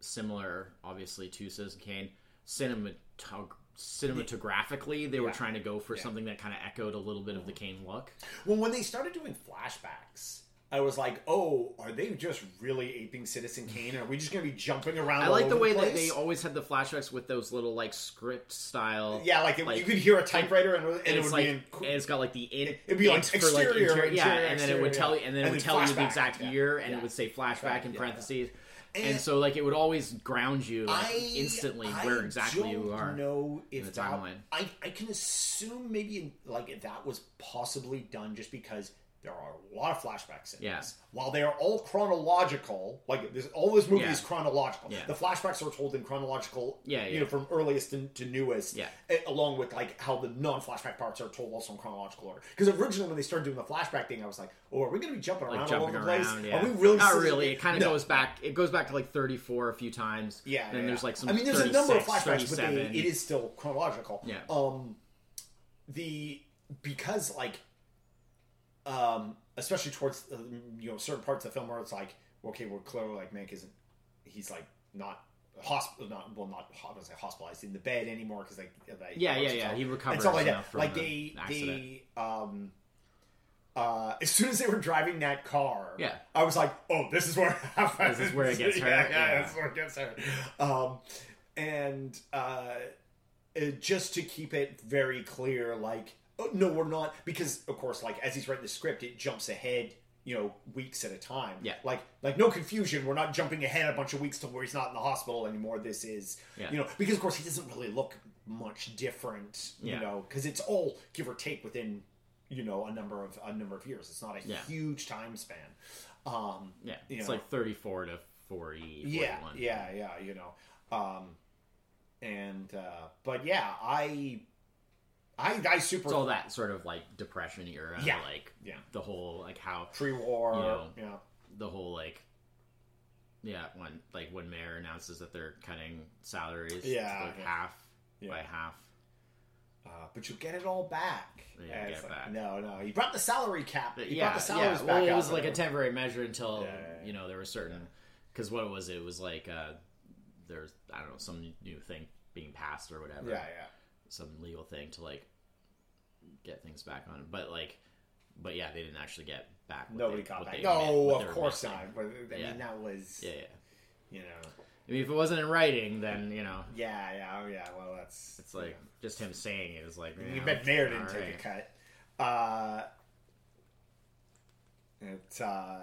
[SPEAKER 2] similar, obviously to Citizen Kane, cinematog- cinematographically, they were
[SPEAKER 1] Yeah.
[SPEAKER 2] trying to go for
[SPEAKER 1] Yeah.
[SPEAKER 2] something that kind of echoed a little bit of the Kane look.
[SPEAKER 1] Well, when they started doing flashbacks, I was like, "Oh, are they just really aping Citizen Kane? Are we just going to be jumping around?"
[SPEAKER 2] Mm. I
[SPEAKER 1] all
[SPEAKER 2] like the
[SPEAKER 1] over
[SPEAKER 2] way that
[SPEAKER 1] place?
[SPEAKER 2] they always had the flashbacks with those little like script style.
[SPEAKER 1] yeah, like, it-
[SPEAKER 2] like-
[SPEAKER 1] you could hear a typewriter and, and
[SPEAKER 2] and
[SPEAKER 1] it
[SPEAKER 2] it's
[SPEAKER 1] would
[SPEAKER 2] like
[SPEAKER 1] be in,
[SPEAKER 2] and it's got like the in,
[SPEAKER 1] It'd be like
[SPEAKER 2] int for,
[SPEAKER 1] exterior,
[SPEAKER 2] interior- yeah,
[SPEAKER 1] interior,
[SPEAKER 2] and then it would
[SPEAKER 1] exterior,
[SPEAKER 2] tell you,
[SPEAKER 1] yeah.
[SPEAKER 2] and then it
[SPEAKER 1] And
[SPEAKER 2] would
[SPEAKER 1] then
[SPEAKER 2] tell you the
[SPEAKER 1] flashback,
[SPEAKER 2] exact
[SPEAKER 1] yeah.
[SPEAKER 2] year, and
[SPEAKER 1] Yeah.
[SPEAKER 2] it would say flashback
[SPEAKER 1] Right,
[SPEAKER 2] in
[SPEAKER 1] yeah.
[SPEAKER 2] parentheses, and,
[SPEAKER 1] And-
[SPEAKER 2] so like it would always ground you like,
[SPEAKER 1] I-
[SPEAKER 2] instantly
[SPEAKER 1] I
[SPEAKER 2] where exactly
[SPEAKER 1] don't
[SPEAKER 2] you are.
[SPEAKER 1] Know if
[SPEAKER 2] the
[SPEAKER 1] that,
[SPEAKER 2] timeline.
[SPEAKER 1] I I can assume maybe like that was possibly done just because there are a lot of flashbacks in
[SPEAKER 2] Yeah.
[SPEAKER 1] this. While they are all chronological, like this, all this movie
[SPEAKER 2] Yeah.
[SPEAKER 1] is chronological.
[SPEAKER 2] Yeah,
[SPEAKER 1] The flashbacks are told in chronological,
[SPEAKER 2] Yeah,
[SPEAKER 1] you
[SPEAKER 2] yeah.
[SPEAKER 1] know, from earliest to, to newest.
[SPEAKER 2] Yeah.
[SPEAKER 1] a- along with like how the non-flashback parts are told also in chronological order. Because originally when they started doing the flashback thing, I was like, "Oh, are we going to be jumping around
[SPEAKER 2] Like
[SPEAKER 1] all
[SPEAKER 2] jumping
[SPEAKER 1] over the
[SPEAKER 2] around,
[SPEAKER 1] place?
[SPEAKER 2] yeah.
[SPEAKER 1] Are we really
[SPEAKER 2] Not
[SPEAKER 1] Citizen
[SPEAKER 2] really.
[SPEAKER 1] Kane?"
[SPEAKER 2] It kind of
[SPEAKER 1] No.
[SPEAKER 2] goes back. It goes back to like thirty-four a few times.
[SPEAKER 1] Yeah,
[SPEAKER 2] Then
[SPEAKER 1] yeah,
[SPEAKER 2] there's
[SPEAKER 1] yeah.
[SPEAKER 2] like some.
[SPEAKER 1] I mean, there's a number of
[SPEAKER 2] 36,
[SPEAKER 1] flashbacks, but they,
[SPEAKER 2] 37.
[SPEAKER 1] it is still chronological.
[SPEAKER 2] Yeah.
[SPEAKER 1] Um, the because like, um, especially towards uh, you know certain parts of the film where it's like, okay, we're clearly like Mank isn't, he's like not hospital, not well, not ho- I wouldn't say hospitalized in the bed anymore because like they-
[SPEAKER 2] Yeah, yeah,
[SPEAKER 1] it's
[SPEAKER 2] yeah.
[SPEAKER 1] all-
[SPEAKER 2] He recovers
[SPEAKER 1] and stuff like
[SPEAKER 2] enough
[SPEAKER 1] that.
[SPEAKER 2] from
[SPEAKER 1] Like
[SPEAKER 2] the
[SPEAKER 1] they,
[SPEAKER 2] accident.
[SPEAKER 1] they, um, uh, as soon as they were driving that car,
[SPEAKER 2] Yeah.
[SPEAKER 1] I was like, "Oh, this is where it happens.
[SPEAKER 2] This is where it gets
[SPEAKER 1] yeah,
[SPEAKER 2] hurt,
[SPEAKER 1] Yeah,
[SPEAKER 2] yeah.
[SPEAKER 1] this is where it gets hurt. Um, and uh, it- just to keep it very clear, like, oh, no, we're not, because of course, like as he's writing the script, it jumps ahead, you know, weeks at a time.
[SPEAKER 2] Yeah.
[SPEAKER 1] like, like no confusion. We're not jumping ahead a bunch of weeks to where he's not in the hospital anymore. This is,
[SPEAKER 2] Yeah.
[SPEAKER 1] you know, because of course he doesn't really look much different, you
[SPEAKER 2] Yeah.
[SPEAKER 1] know, because it's all give or take within you know a number of a number of years. It's not a
[SPEAKER 2] Yeah.
[SPEAKER 1] huge time span. Um,
[SPEAKER 2] yeah,
[SPEAKER 1] you
[SPEAKER 2] it's
[SPEAKER 1] know.
[SPEAKER 2] like thirty-four to 40,
[SPEAKER 1] yeah,
[SPEAKER 2] 41.
[SPEAKER 1] yeah, yeah. You know, um, and uh, but yeah, I, I, I super
[SPEAKER 2] It's all that sort of like depression era,
[SPEAKER 1] Yeah.
[SPEAKER 2] like
[SPEAKER 1] Yeah.
[SPEAKER 2] the whole like how
[SPEAKER 1] pre-war.
[SPEAKER 2] You know.
[SPEAKER 1] yeah,
[SPEAKER 2] the whole like yeah when like when mayor announces that they're cutting salaries
[SPEAKER 1] Yeah,
[SPEAKER 2] to, like
[SPEAKER 1] yeah.
[SPEAKER 2] half
[SPEAKER 1] yeah.
[SPEAKER 2] by half
[SPEAKER 1] Uh, but you'll get it all back.
[SPEAKER 2] Yeah,
[SPEAKER 1] And
[SPEAKER 2] get
[SPEAKER 1] it's
[SPEAKER 2] it
[SPEAKER 1] like,
[SPEAKER 2] back.
[SPEAKER 1] No, no. He brought the salary cap. He
[SPEAKER 2] yeah
[SPEAKER 1] brought the
[SPEAKER 2] yeah
[SPEAKER 1] salaries back.
[SPEAKER 2] well it
[SPEAKER 1] up
[SPEAKER 2] was
[SPEAKER 1] and
[SPEAKER 2] like a
[SPEAKER 1] everything.
[SPEAKER 2] temporary measure until
[SPEAKER 1] Yeah, yeah, yeah.
[SPEAKER 2] you know there were certain because what was it? it was like uh there's i don't know some new thing being passed or whatever
[SPEAKER 1] Yeah, yeah.
[SPEAKER 2] some legal thing to like get things back on but like but yeah they didn't actually get back what
[SPEAKER 1] Nobody
[SPEAKER 2] they,
[SPEAKER 1] got
[SPEAKER 2] what
[SPEAKER 1] back.
[SPEAKER 2] they
[SPEAKER 1] No,
[SPEAKER 2] meant- what they
[SPEAKER 1] of
[SPEAKER 2] were
[SPEAKER 1] course
[SPEAKER 2] missing.
[SPEAKER 1] not. But I
[SPEAKER 2] Yeah.
[SPEAKER 1] mean, that was
[SPEAKER 2] yeah yeah
[SPEAKER 1] you know.
[SPEAKER 2] i mean if it wasn't in writing then you know
[SPEAKER 1] Yeah, yeah, oh yeah. Well, that's
[SPEAKER 2] It's like just him saying it is like
[SPEAKER 1] yeah.
[SPEAKER 2] you
[SPEAKER 1] you
[SPEAKER 2] know,
[SPEAKER 1] bet Mayor didn't
[SPEAKER 2] all
[SPEAKER 1] take a
[SPEAKER 2] right.
[SPEAKER 1] cut. Uh, it's uh,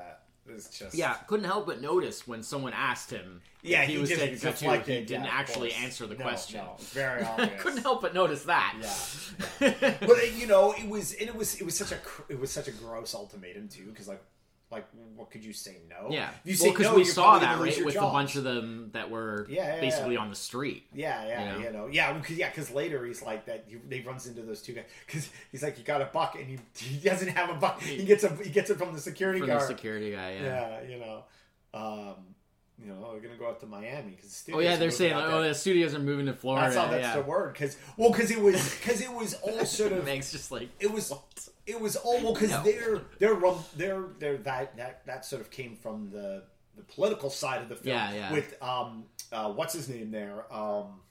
[SPEAKER 1] it's just
[SPEAKER 2] Yeah, couldn't help but notice when someone asked him
[SPEAKER 1] yeah.
[SPEAKER 2] if he, was
[SPEAKER 1] didn't
[SPEAKER 2] taking a cut too,
[SPEAKER 1] deflect
[SPEAKER 2] he
[SPEAKER 1] it,
[SPEAKER 2] didn't
[SPEAKER 1] yeah, of
[SPEAKER 2] actually
[SPEAKER 1] course.
[SPEAKER 2] answer the
[SPEAKER 1] No,
[SPEAKER 2] question.
[SPEAKER 1] No, very obvious.
[SPEAKER 2] couldn't help but notice that. Yeah.
[SPEAKER 1] but uh, you know, it was and it was it was such a cr- it was such a gross ultimatum too, because like like what could you say no?
[SPEAKER 2] yeah.
[SPEAKER 1] If you say
[SPEAKER 2] well, because
[SPEAKER 1] no,
[SPEAKER 2] we
[SPEAKER 1] you're
[SPEAKER 2] saw
[SPEAKER 1] probably
[SPEAKER 2] that
[SPEAKER 1] gonna lose
[SPEAKER 2] right
[SPEAKER 1] your
[SPEAKER 2] with a
[SPEAKER 1] job.
[SPEAKER 2] bunch of them that were
[SPEAKER 1] Yeah, yeah, yeah.
[SPEAKER 2] basically on the street.
[SPEAKER 1] Yeah, yeah,
[SPEAKER 2] You know?
[SPEAKER 1] you know, yeah, because yeah, because later he's like that. He, he runs into those two guys because he's like, "You got a buck," and he, he doesn't have a buck. He gets a he gets it from the security
[SPEAKER 2] From the
[SPEAKER 1] guard.
[SPEAKER 2] security guy, yeah.
[SPEAKER 1] yeah, you know, um, you know, we're gonna go out to Miami because
[SPEAKER 2] Oh yeah, they're saying like, oh the studios are moving to Florida.
[SPEAKER 1] That's all. That's
[SPEAKER 2] yeah.
[SPEAKER 1] the word. Because well, because it was because it was all sort of
[SPEAKER 2] Meg's just like
[SPEAKER 1] it was it was all well because
[SPEAKER 2] No.
[SPEAKER 1] they're they're rum, they're they're that that that sort of came from the the political side of the film.
[SPEAKER 2] Yeah, yeah.
[SPEAKER 1] With um, uh, what's his name there? Um,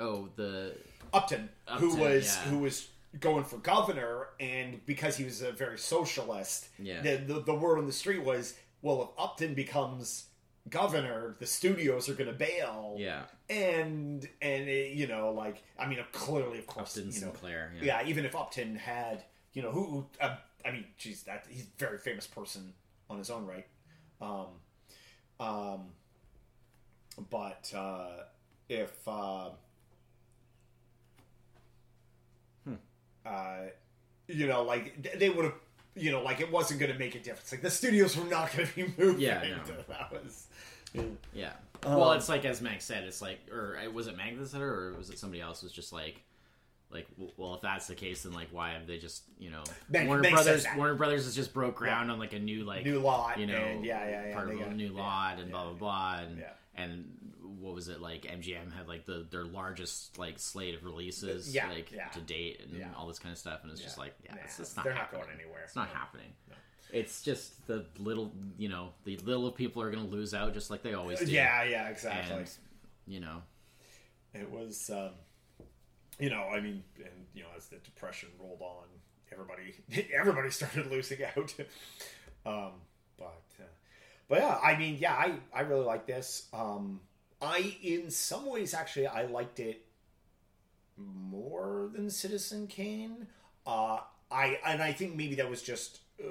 [SPEAKER 2] oh the
[SPEAKER 1] Upton, who
[SPEAKER 2] Upton,
[SPEAKER 1] was
[SPEAKER 2] yeah.
[SPEAKER 1] who was going for governor, and because he was a very socialist,
[SPEAKER 2] Yeah.
[SPEAKER 1] the, the the word on the street was, well, if Upton becomes governor, the studios are going to bail,
[SPEAKER 2] yeah
[SPEAKER 1] and and it, you know, like I mean, clearly, of course,
[SPEAKER 2] Upton
[SPEAKER 1] you know,
[SPEAKER 2] Sinclair. Yeah.
[SPEAKER 1] yeah. even if Upton had, you know, who, who uh, I mean, geez, that he's a very famous person on his own right. Um, um, but uh, if uh, hmm, uh, you know, like th- they would have, you know, like it wasn't going to make a difference. Like the studios were not going to be moving.
[SPEAKER 2] Yeah, no.
[SPEAKER 1] that was.
[SPEAKER 2] Yeah.
[SPEAKER 1] Um,
[SPEAKER 2] well, it's like as Meg said, it's like, or uh, was it Meg that said, it, or was it somebody else? Was just like, like, w- well, if that's the case, then like, why have they just, you know,
[SPEAKER 1] Meg-
[SPEAKER 2] Warner
[SPEAKER 1] Meg said
[SPEAKER 2] Brothers?
[SPEAKER 1] that.
[SPEAKER 2] Warner Brothers has just broke ground on like a new like
[SPEAKER 1] New lot,
[SPEAKER 2] you know,
[SPEAKER 1] and yeah, yeah, yeah,
[SPEAKER 2] part
[SPEAKER 1] they
[SPEAKER 2] of a
[SPEAKER 1] got-
[SPEAKER 2] new
[SPEAKER 1] yeah,
[SPEAKER 2] lot and blah blah blah, and
[SPEAKER 1] yeah.
[SPEAKER 2] and what was it like? MGM had like the their largest like slate of releases,
[SPEAKER 1] Yeah,
[SPEAKER 2] like
[SPEAKER 1] yeah.
[SPEAKER 2] to date, and
[SPEAKER 1] Yeah.
[SPEAKER 2] all this kind of stuff, and it's just like, yeah,
[SPEAKER 1] Nah,
[SPEAKER 2] it's, it's not
[SPEAKER 1] they're
[SPEAKER 2] happening.
[SPEAKER 1] not going anywhere.
[SPEAKER 2] It's not
[SPEAKER 1] No.
[SPEAKER 2] happening. It's just the little, you know, the little people are going to lose out just like they always do.
[SPEAKER 1] Yeah, yeah, exactly.
[SPEAKER 2] And, you know,
[SPEAKER 1] it was um, you know i mean and you know as the depression rolled on everybody everybody started losing out um, but uh, but yeah i mean yeah i i really like this um i in some ways actually i liked it more than citizen kane uh i and i think maybe that was just uh,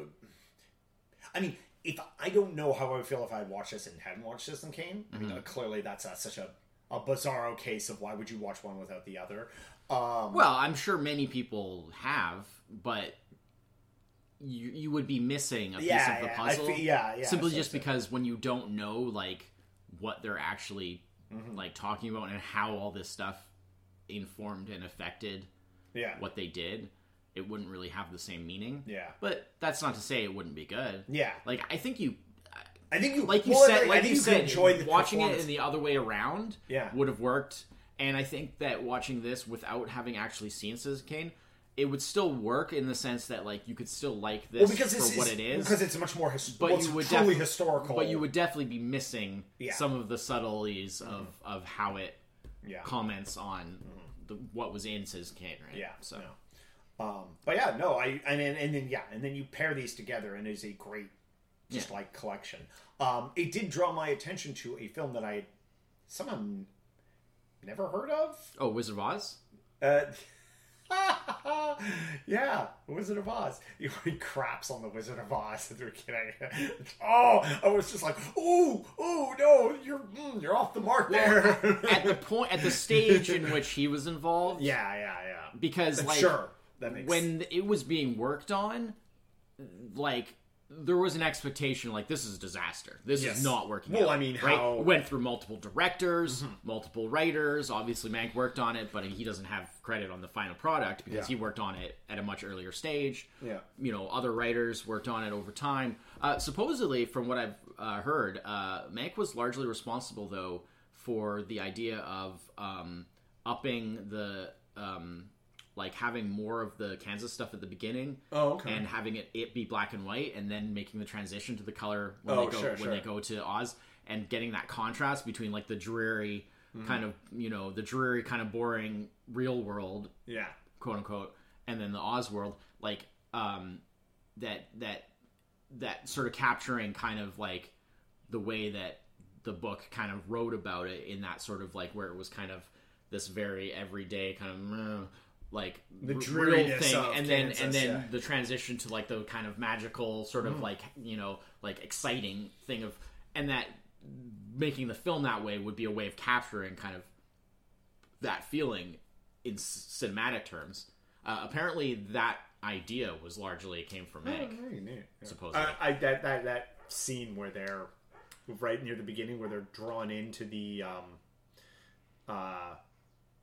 [SPEAKER 1] i mean if i don't know how i would feel if i had watched this and hadn't watched citizen kane i
[SPEAKER 2] Mm-hmm.
[SPEAKER 1] mean uh, clearly that's uh, such a a bizarro case of why would you watch one without the other um
[SPEAKER 2] well, I'm sure many people have, but you you would be missing a piece
[SPEAKER 1] yeah
[SPEAKER 2] of the
[SPEAKER 1] yeah, I
[SPEAKER 2] puzzle.
[SPEAKER 1] fe- yeah yeah
[SPEAKER 2] simply
[SPEAKER 1] so
[SPEAKER 2] just
[SPEAKER 1] it's a-
[SPEAKER 2] because when you don't know like what they're actually
[SPEAKER 1] mm-hmm,
[SPEAKER 2] like talking about and how all this stuff informed and affected
[SPEAKER 1] yeah
[SPEAKER 2] what they did, it wouldn't really have the same meaning.
[SPEAKER 1] yeah
[SPEAKER 2] But that's not to say it wouldn't be good.
[SPEAKER 1] yeah
[SPEAKER 2] Like I think you
[SPEAKER 1] I think you
[SPEAKER 2] like you
[SPEAKER 1] well, I
[SPEAKER 2] said,
[SPEAKER 1] think
[SPEAKER 2] like
[SPEAKER 1] you
[SPEAKER 2] you
[SPEAKER 1] could
[SPEAKER 2] said,
[SPEAKER 1] enjoy the
[SPEAKER 2] watching it
[SPEAKER 1] performance.
[SPEAKER 2] in the other way around
[SPEAKER 1] Yeah.
[SPEAKER 2] would have worked. And I think that watching this without having actually seen Citizen Kane, it would still work in the sense that like you could still like this
[SPEAKER 1] well, because
[SPEAKER 2] for
[SPEAKER 1] this
[SPEAKER 2] what
[SPEAKER 1] is,
[SPEAKER 2] it is,
[SPEAKER 1] because it's much more his-
[SPEAKER 2] but
[SPEAKER 1] well, it's
[SPEAKER 2] you would
[SPEAKER 1] truly
[SPEAKER 2] defi-
[SPEAKER 1] historical.
[SPEAKER 2] but you would definitely be missing
[SPEAKER 1] Yeah. Mm-hmm.
[SPEAKER 2] some of the subtleties of of how it
[SPEAKER 1] yeah,
[SPEAKER 2] comments on the, what was in Citizen Kane, right?
[SPEAKER 1] Mm-hmm. yeah.
[SPEAKER 2] So
[SPEAKER 1] no. um, but yeah, no, I and then and then yeah, and then you pair these together, and it's a great just like collection. Um, it did draw my attention to a film that I had somehow n- never heard of.
[SPEAKER 2] oh, Wizard of Oz.
[SPEAKER 1] Uh, yeah, Wizard of Oz. You read craps on the Wizard of Oz at the beginning. oh, I was just like, oh, oh no, you're mm, you're off the mark there.
[SPEAKER 2] At the point, at the stage in which he was involved,
[SPEAKER 1] yeah, yeah, yeah.
[SPEAKER 2] because like
[SPEAKER 1] sure, that makes
[SPEAKER 2] when it was being worked on, like there was an expectation like this is a disaster. This
[SPEAKER 1] Yes.
[SPEAKER 2] is not working.
[SPEAKER 1] Well,
[SPEAKER 2] out,
[SPEAKER 1] I mean,
[SPEAKER 2] right?
[SPEAKER 1] how- Mm-hmm.
[SPEAKER 2] went through multiple directors, multiple writers. Obviously, Mank worked on it, but he doesn't have credit on the final product because
[SPEAKER 1] Yeah.
[SPEAKER 2] he worked on it at a much earlier stage.
[SPEAKER 1] Yeah.
[SPEAKER 2] you know, other writers worked on it over time. Uh, supposedly, from what I've uh, heard, uh, Mank was largely responsible though for the idea of um, upping the. Um, like having more of the Kansas stuff at the beginning,
[SPEAKER 1] Oh, okay.
[SPEAKER 2] and having it, it be black and white, and then making the transition to the color when
[SPEAKER 1] Oh,
[SPEAKER 2] they go
[SPEAKER 1] sure,
[SPEAKER 2] when
[SPEAKER 1] sure.
[SPEAKER 2] they go to Oz, and getting that contrast between like the dreary
[SPEAKER 1] Hmm.
[SPEAKER 2] kind of you know the dreary kind of boring real world
[SPEAKER 1] yeah,
[SPEAKER 2] quote unquote, and then the Oz world, like um, that that that sort of capturing kind of like the way that the book kind of wrote about it in that sort of like where it was kind of this very everyday kind of meh, like
[SPEAKER 1] The
[SPEAKER 2] r-
[SPEAKER 1] dreariness of
[SPEAKER 2] and then
[SPEAKER 1] Kansas,
[SPEAKER 2] and then
[SPEAKER 1] yeah. Mm.
[SPEAKER 2] the transition to like the kind of magical sort of like you know like exciting thing of and that making the film that way would be a way of capturing kind of that feeling in c- cinematic terms. Uh, apparently, that idea was largely came from
[SPEAKER 1] Oh,
[SPEAKER 2] Meg.
[SPEAKER 1] Very neat, yeah.
[SPEAKER 2] Supposedly.
[SPEAKER 1] I, I that, that that scene where they're right near the beginning where they're drawn into the um, uh,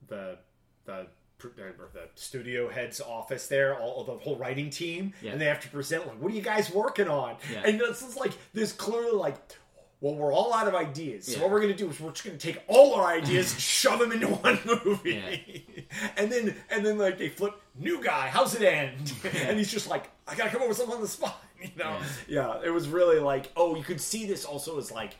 [SPEAKER 1] the the pr- uh, or the studio head's office there, all the whole writing team,
[SPEAKER 2] Yeah.
[SPEAKER 1] and they have to present like, what are you guys working on?
[SPEAKER 2] Yeah.
[SPEAKER 1] And this is like, there's clearly like well, we're all out of ideas. So
[SPEAKER 2] Yeah.
[SPEAKER 1] what we're going to do is we're just going to take all our ideas and shove them into one movie. and then and then like they flip new guy, how's it end? and he's just like, I got to come up with something on the spot, you know. Yeah. it was really like, oh, you could see this also as like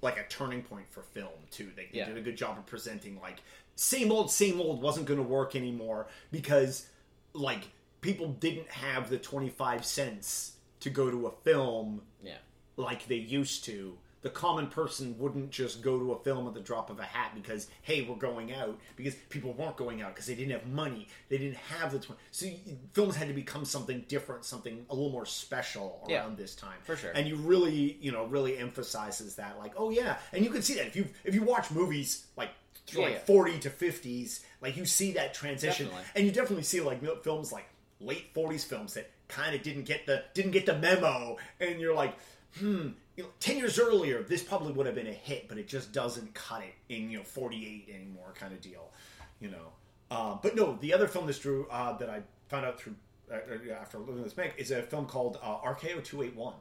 [SPEAKER 1] like a turning point for film too. They, they
[SPEAKER 2] Yeah.
[SPEAKER 1] did a good job of presenting like same old same old wasn't going to work anymore because like people didn't have the 25 cents to go to a film
[SPEAKER 2] Yeah.
[SPEAKER 1] like they used to. The common person wouldn't just go to a film at the drop of a hat because hey, we're going out. Because people weren't going out because they didn't have money. They didn't have the twenty. So you, films had to become something different, something a little more special around
[SPEAKER 2] Yeah,
[SPEAKER 1] this time
[SPEAKER 2] for sure.
[SPEAKER 1] And you really, you know, really emphasizes that, like, oh yeah, and you can see that if you if you watch movies like. through
[SPEAKER 2] Yeah,
[SPEAKER 1] like
[SPEAKER 2] yeah.
[SPEAKER 1] 40 to 50s like you see that transition
[SPEAKER 2] Definitely.
[SPEAKER 1] and you definitely see like mil- films like late 40s films that kind of didn't get the didn't get the memo and you're like hmm you know, 10 years earlier this probably would have been a hit but it just doesn't cut it in you know 48 anymore kind of deal you know uh, but no the other film this drew uh, that i found out through uh, uh, after looking at this back is a film called uh, rko 281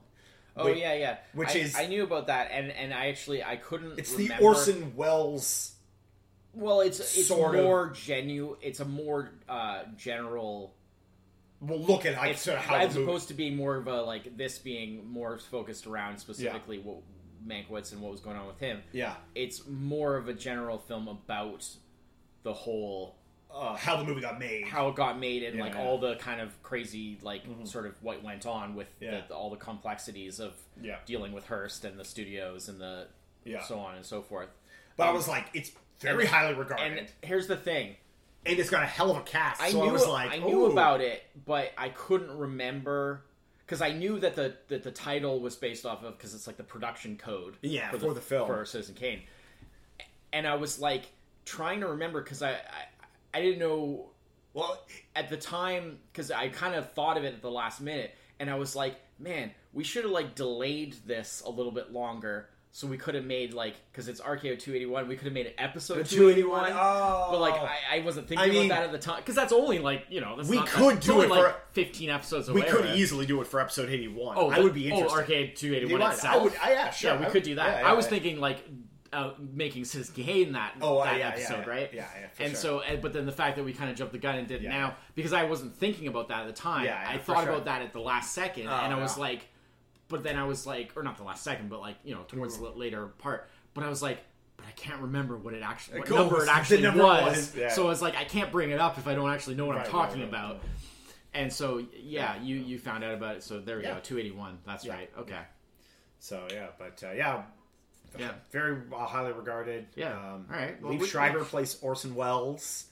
[SPEAKER 2] Oh
[SPEAKER 1] Wait,
[SPEAKER 2] yeah, yeah.
[SPEAKER 1] which
[SPEAKER 2] I,
[SPEAKER 1] is-
[SPEAKER 2] I knew about that, and and I actually I couldn't.
[SPEAKER 1] it's
[SPEAKER 2] remember.
[SPEAKER 1] the orson welles
[SPEAKER 2] Well, it's it's
[SPEAKER 1] sort of-
[SPEAKER 2] more genuine. It's a more uh, general.
[SPEAKER 1] well look at I
[SPEAKER 2] It's,
[SPEAKER 1] sort of how
[SPEAKER 2] as
[SPEAKER 1] the movie-
[SPEAKER 2] opposed to being more of a like this being more focused around specifically what Mankiewicz and what was going on with him.
[SPEAKER 1] yeah
[SPEAKER 2] It's more of a general film about the whole
[SPEAKER 1] uh, how the movie got made
[SPEAKER 2] how it got made and
[SPEAKER 1] Yeah,
[SPEAKER 2] like
[SPEAKER 1] yeah. Mm-hmm.
[SPEAKER 2] all the kind of crazy like sort of what went on with
[SPEAKER 1] Yeah.
[SPEAKER 2] the, all the complexities of
[SPEAKER 1] Yeah.
[SPEAKER 2] dealing with Hearst and the studios and the
[SPEAKER 1] Yeah.
[SPEAKER 2] so on and so forth.
[SPEAKER 1] but i was like it's very highly regarded
[SPEAKER 2] And here's the thing:
[SPEAKER 1] and it's got a hell of a cast.
[SPEAKER 2] I
[SPEAKER 1] so
[SPEAKER 2] knew
[SPEAKER 1] I was like,
[SPEAKER 2] I knew
[SPEAKER 1] "Ooh."
[SPEAKER 2] about it, but I couldn't remember because I knew that the that the title was based off of because it's like the production code.
[SPEAKER 1] Yeah, for the film.
[SPEAKER 2] for Citizen Kane, and I was like trying to remember because I, I I didn't know
[SPEAKER 1] Well,
[SPEAKER 2] at the time because I kind of thought of it at the last minute, and I was like, man, we should have like delayed this a little bit longer. So we could have made like because it's RKO two eighty one. We could have made an episode of two eighty one.
[SPEAKER 1] 281. Oh.
[SPEAKER 2] but like I, I wasn't
[SPEAKER 1] I
[SPEAKER 2] thinking
[SPEAKER 1] mean-
[SPEAKER 2] about that at the time because that's only like you know that's
[SPEAKER 1] We
[SPEAKER 2] not that-
[SPEAKER 1] could
[SPEAKER 2] it's
[SPEAKER 1] do
[SPEAKER 2] only,
[SPEAKER 1] it
[SPEAKER 2] like
[SPEAKER 1] for-
[SPEAKER 2] fifteen episodes.
[SPEAKER 1] we
[SPEAKER 2] away,
[SPEAKER 1] could
[SPEAKER 2] right?
[SPEAKER 1] easily do it for episode eighty-one.
[SPEAKER 2] Oh,
[SPEAKER 1] I
[SPEAKER 2] the-
[SPEAKER 1] would be interested.
[SPEAKER 2] Oh, arcade two eighty
[SPEAKER 1] You
[SPEAKER 2] one
[SPEAKER 1] might-
[SPEAKER 2] itself.
[SPEAKER 1] I would. I, yeah, sure.
[SPEAKER 2] yeah, we
[SPEAKER 1] I-
[SPEAKER 2] could do that.
[SPEAKER 1] yeah, yeah,
[SPEAKER 2] I was
[SPEAKER 1] yeah.
[SPEAKER 2] thinking like uh, making Citizen Kane that
[SPEAKER 1] Oh, uh,
[SPEAKER 2] that
[SPEAKER 1] yeah, yeah,
[SPEAKER 2] episode,
[SPEAKER 1] yeah.
[SPEAKER 2] right?
[SPEAKER 1] Yeah, yeah, for
[SPEAKER 2] and
[SPEAKER 1] sure.
[SPEAKER 2] so, and- but then the fact that we kind of jumped the gun and did it
[SPEAKER 1] Yeah.
[SPEAKER 2] now because I wasn't thinking about that at the time.
[SPEAKER 1] Yeah, yeah,
[SPEAKER 2] I
[SPEAKER 1] for
[SPEAKER 2] thought
[SPEAKER 1] sure. Oh,
[SPEAKER 2] about that at the last second, and I was
[SPEAKER 1] no.
[SPEAKER 2] like, but then I was like, or not the last second, but like you know towards
[SPEAKER 1] Mm-hmm.
[SPEAKER 2] the later part. But I was like. But I can't remember what it actually, what
[SPEAKER 1] goes-
[SPEAKER 2] number it
[SPEAKER 1] the
[SPEAKER 2] actually
[SPEAKER 1] number
[SPEAKER 2] was.
[SPEAKER 1] was, yeah.
[SPEAKER 2] So I was like, I can't bring it up if I don't actually know what
[SPEAKER 1] Right,
[SPEAKER 2] I'm
[SPEAKER 1] right,
[SPEAKER 2] talking
[SPEAKER 1] right,
[SPEAKER 2] about.
[SPEAKER 1] right.
[SPEAKER 2] And so, yeah, you you found out about it. So there we
[SPEAKER 1] Yeah.
[SPEAKER 2] go, two eighty one. That's
[SPEAKER 1] Yeah.
[SPEAKER 2] right. Okay.
[SPEAKER 1] So yeah, but uh, yeah,
[SPEAKER 2] Yeah.
[SPEAKER 1] very uh, highly regarded.
[SPEAKER 2] Yeah.
[SPEAKER 1] Um,
[SPEAKER 2] All right. Well,
[SPEAKER 1] Liev
[SPEAKER 2] we-
[SPEAKER 1] Schreiber plays Orson Welles.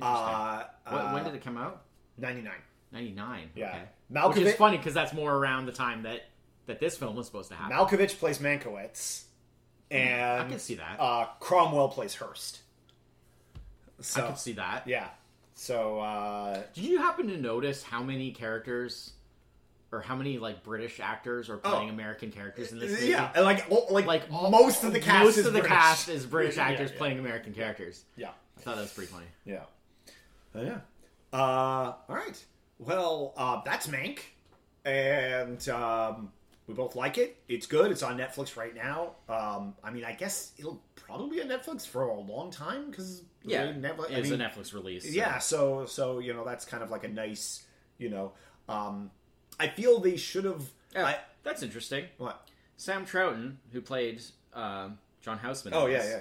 [SPEAKER 1] Uh,
[SPEAKER 2] What, when did it come out?
[SPEAKER 1] Ninety-nine.
[SPEAKER 2] 99.
[SPEAKER 1] Yeah.
[SPEAKER 2] Okay.
[SPEAKER 1] Malkovich-
[SPEAKER 2] Which is funny because that's more around the time that, that this film was supposed to happen.
[SPEAKER 1] Malkovich plays Mankiewicz, and
[SPEAKER 2] Hmm, I can see that.
[SPEAKER 1] Uh, Cromwell plays Hearst. So
[SPEAKER 2] I could see that.
[SPEAKER 1] yeah. So uh,
[SPEAKER 2] Did you happen to notice how many characters or how many like British actors are playing American characters in this
[SPEAKER 1] Oh.
[SPEAKER 2] movie?
[SPEAKER 1] yeah, and like all- like
[SPEAKER 2] Like
[SPEAKER 1] like
[SPEAKER 2] all-
[SPEAKER 1] most of the cast
[SPEAKER 2] Most
[SPEAKER 1] is
[SPEAKER 2] of the
[SPEAKER 1] British.
[SPEAKER 2] cast is British
[SPEAKER 1] Yeah,
[SPEAKER 2] actors
[SPEAKER 1] yeah.
[SPEAKER 2] playing American characters.
[SPEAKER 1] Yeah.
[SPEAKER 2] I thought that was pretty funny.
[SPEAKER 1] Yeah. Uh, yeah. Uh, all right. Well, uh, that's Mank. And um, we both like it. It's good. It's on Netflix right now. Um, I mean, I guess it'll probably be on Netflix for a long time because Netflix. I
[SPEAKER 2] it's
[SPEAKER 1] mean,
[SPEAKER 2] a Netflix release. so-
[SPEAKER 1] yeah. So so you know that's kind of like a nice you know. Um, I feel they should have.
[SPEAKER 2] Yeah,
[SPEAKER 1] I
[SPEAKER 2] that's interesting.
[SPEAKER 1] what?
[SPEAKER 2] Sam Troughton, who played um, John Houseman, in
[SPEAKER 1] Oh yeah
[SPEAKER 2] this,
[SPEAKER 1] yeah.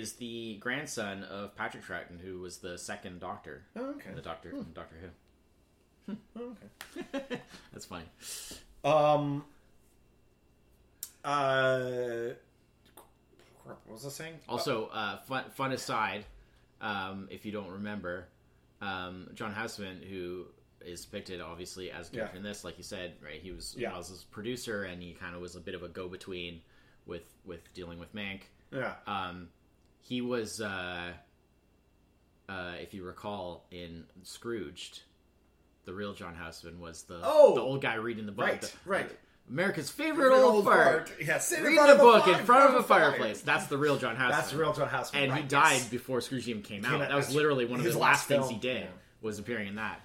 [SPEAKER 2] is the grandson of Patrick Troughton, who was the second Doctor,
[SPEAKER 1] Oh, okay.
[SPEAKER 2] the Doctor, Doctor Who.
[SPEAKER 1] Oh, okay.
[SPEAKER 2] That's funny.
[SPEAKER 1] Um. Uh. Crap, what was I saying?
[SPEAKER 2] Also, uh, fun, fun aside, um, if you don't remember, um, John Houseman, who is depicted obviously as a character
[SPEAKER 1] Yeah.
[SPEAKER 2] in this, like you said, right? He was
[SPEAKER 1] Yeah.
[SPEAKER 2] Wells's producer, and he kind of was a bit of a go-between with with dealing with Mank.
[SPEAKER 1] Yeah.
[SPEAKER 2] Um, he was, uh, uh, if you recall, in Scrooged. The real John Houseman was the
[SPEAKER 1] Oh!
[SPEAKER 2] the old guy reading the book.
[SPEAKER 1] Right,
[SPEAKER 2] the-
[SPEAKER 1] right.
[SPEAKER 2] America's favorite, old, fart.
[SPEAKER 1] Yeah, sit in
[SPEAKER 2] Reading
[SPEAKER 1] front
[SPEAKER 2] a
[SPEAKER 1] of
[SPEAKER 2] book
[SPEAKER 1] fire,
[SPEAKER 2] in front of a fireplace. That's the real John Houseman.
[SPEAKER 1] That's the real John Houseman.
[SPEAKER 2] And he
[SPEAKER 1] right,
[SPEAKER 2] died
[SPEAKER 1] yes.
[SPEAKER 2] before Scrooge even came out.
[SPEAKER 1] out,
[SPEAKER 2] That was
[SPEAKER 1] that's-
[SPEAKER 2] literally one of
[SPEAKER 1] his
[SPEAKER 2] the
[SPEAKER 1] last
[SPEAKER 2] last things he
[SPEAKER 1] film,
[SPEAKER 2] did
[SPEAKER 1] yeah.
[SPEAKER 2] was appearing in that.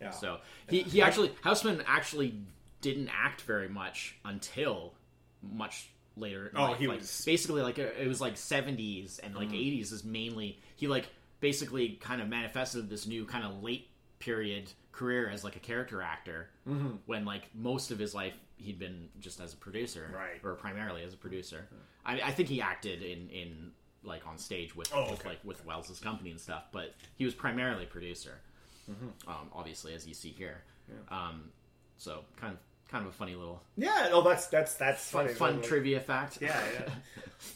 [SPEAKER 1] Yeah.
[SPEAKER 2] So he, he actually Houseman actually didn't act very much until much later. in
[SPEAKER 1] Oh,
[SPEAKER 2] life.
[SPEAKER 1] he
[SPEAKER 2] Like,
[SPEAKER 1] was- Mm.
[SPEAKER 2] basically like uh, it was like seventies and like 80s is mainly he like basically kind of manifested this new kind of late period career as like a character actor
[SPEAKER 1] Mm-hmm.
[SPEAKER 2] when like most of his life he'd been just as a producer
[SPEAKER 1] Right.
[SPEAKER 2] or primarily as a producer I, I think he acted in in like on stage with,
[SPEAKER 1] Oh,
[SPEAKER 2] with,
[SPEAKER 1] okay.
[SPEAKER 2] like with wells's company and stuff but he was primarily producer
[SPEAKER 1] Mm-hmm.
[SPEAKER 2] um, obviously as you see here um, so kind of kind of a funny little
[SPEAKER 1] Yeah, no, that's that's that's
[SPEAKER 2] fun,
[SPEAKER 1] funny.
[SPEAKER 2] fun
[SPEAKER 1] Like,
[SPEAKER 2] trivia fact
[SPEAKER 1] Yeah, yeah.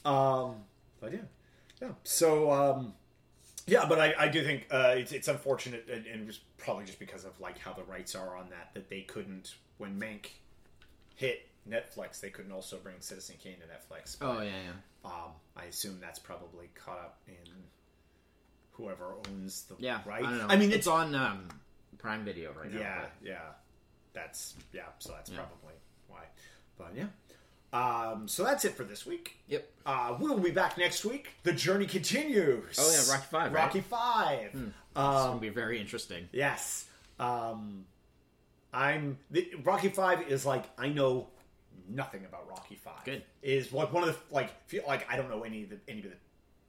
[SPEAKER 1] um, but yeah, yeah. So um, yeah, but I, I do think uh, it's it's unfortunate, and, and it was probably just because of like how the rights are on that that they couldn't when Mank hit Netflix, they couldn't also bring Citizen Kane to Netflix.
[SPEAKER 2] oh yeah yeah
[SPEAKER 1] Um, I assume that's probably caught up in whoever owns the
[SPEAKER 2] Yeah,
[SPEAKER 1] right.
[SPEAKER 2] I, don't know.
[SPEAKER 1] mean,
[SPEAKER 2] it's on um, Prime Video right now.
[SPEAKER 1] yeah,
[SPEAKER 2] but-
[SPEAKER 1] yeah. That's yeah. So that's probably why. But yeah. Um, so that's it for this week.
[SPEAKER 2] Yep.
[SPEAKER 1] Uh, we'll be back next week. The journey continues.
[SPEAKER 2] Oh, yeah, Rocky Five, right? Hmm.
[SPEAKER 1] Rocky Five.
[SPEAKER 2] It's
[SPEAKER 1] Um,
[SPEAKER 2] gonna be very interesting.
[SPEAKER 1] Yes. Um, I'm the, Rocky Five is like I know nothing about Rocky Five.
[SPEAKER 2] Good.
[SPEAKER 1] is like one of the like feel like I don't know any of the any of the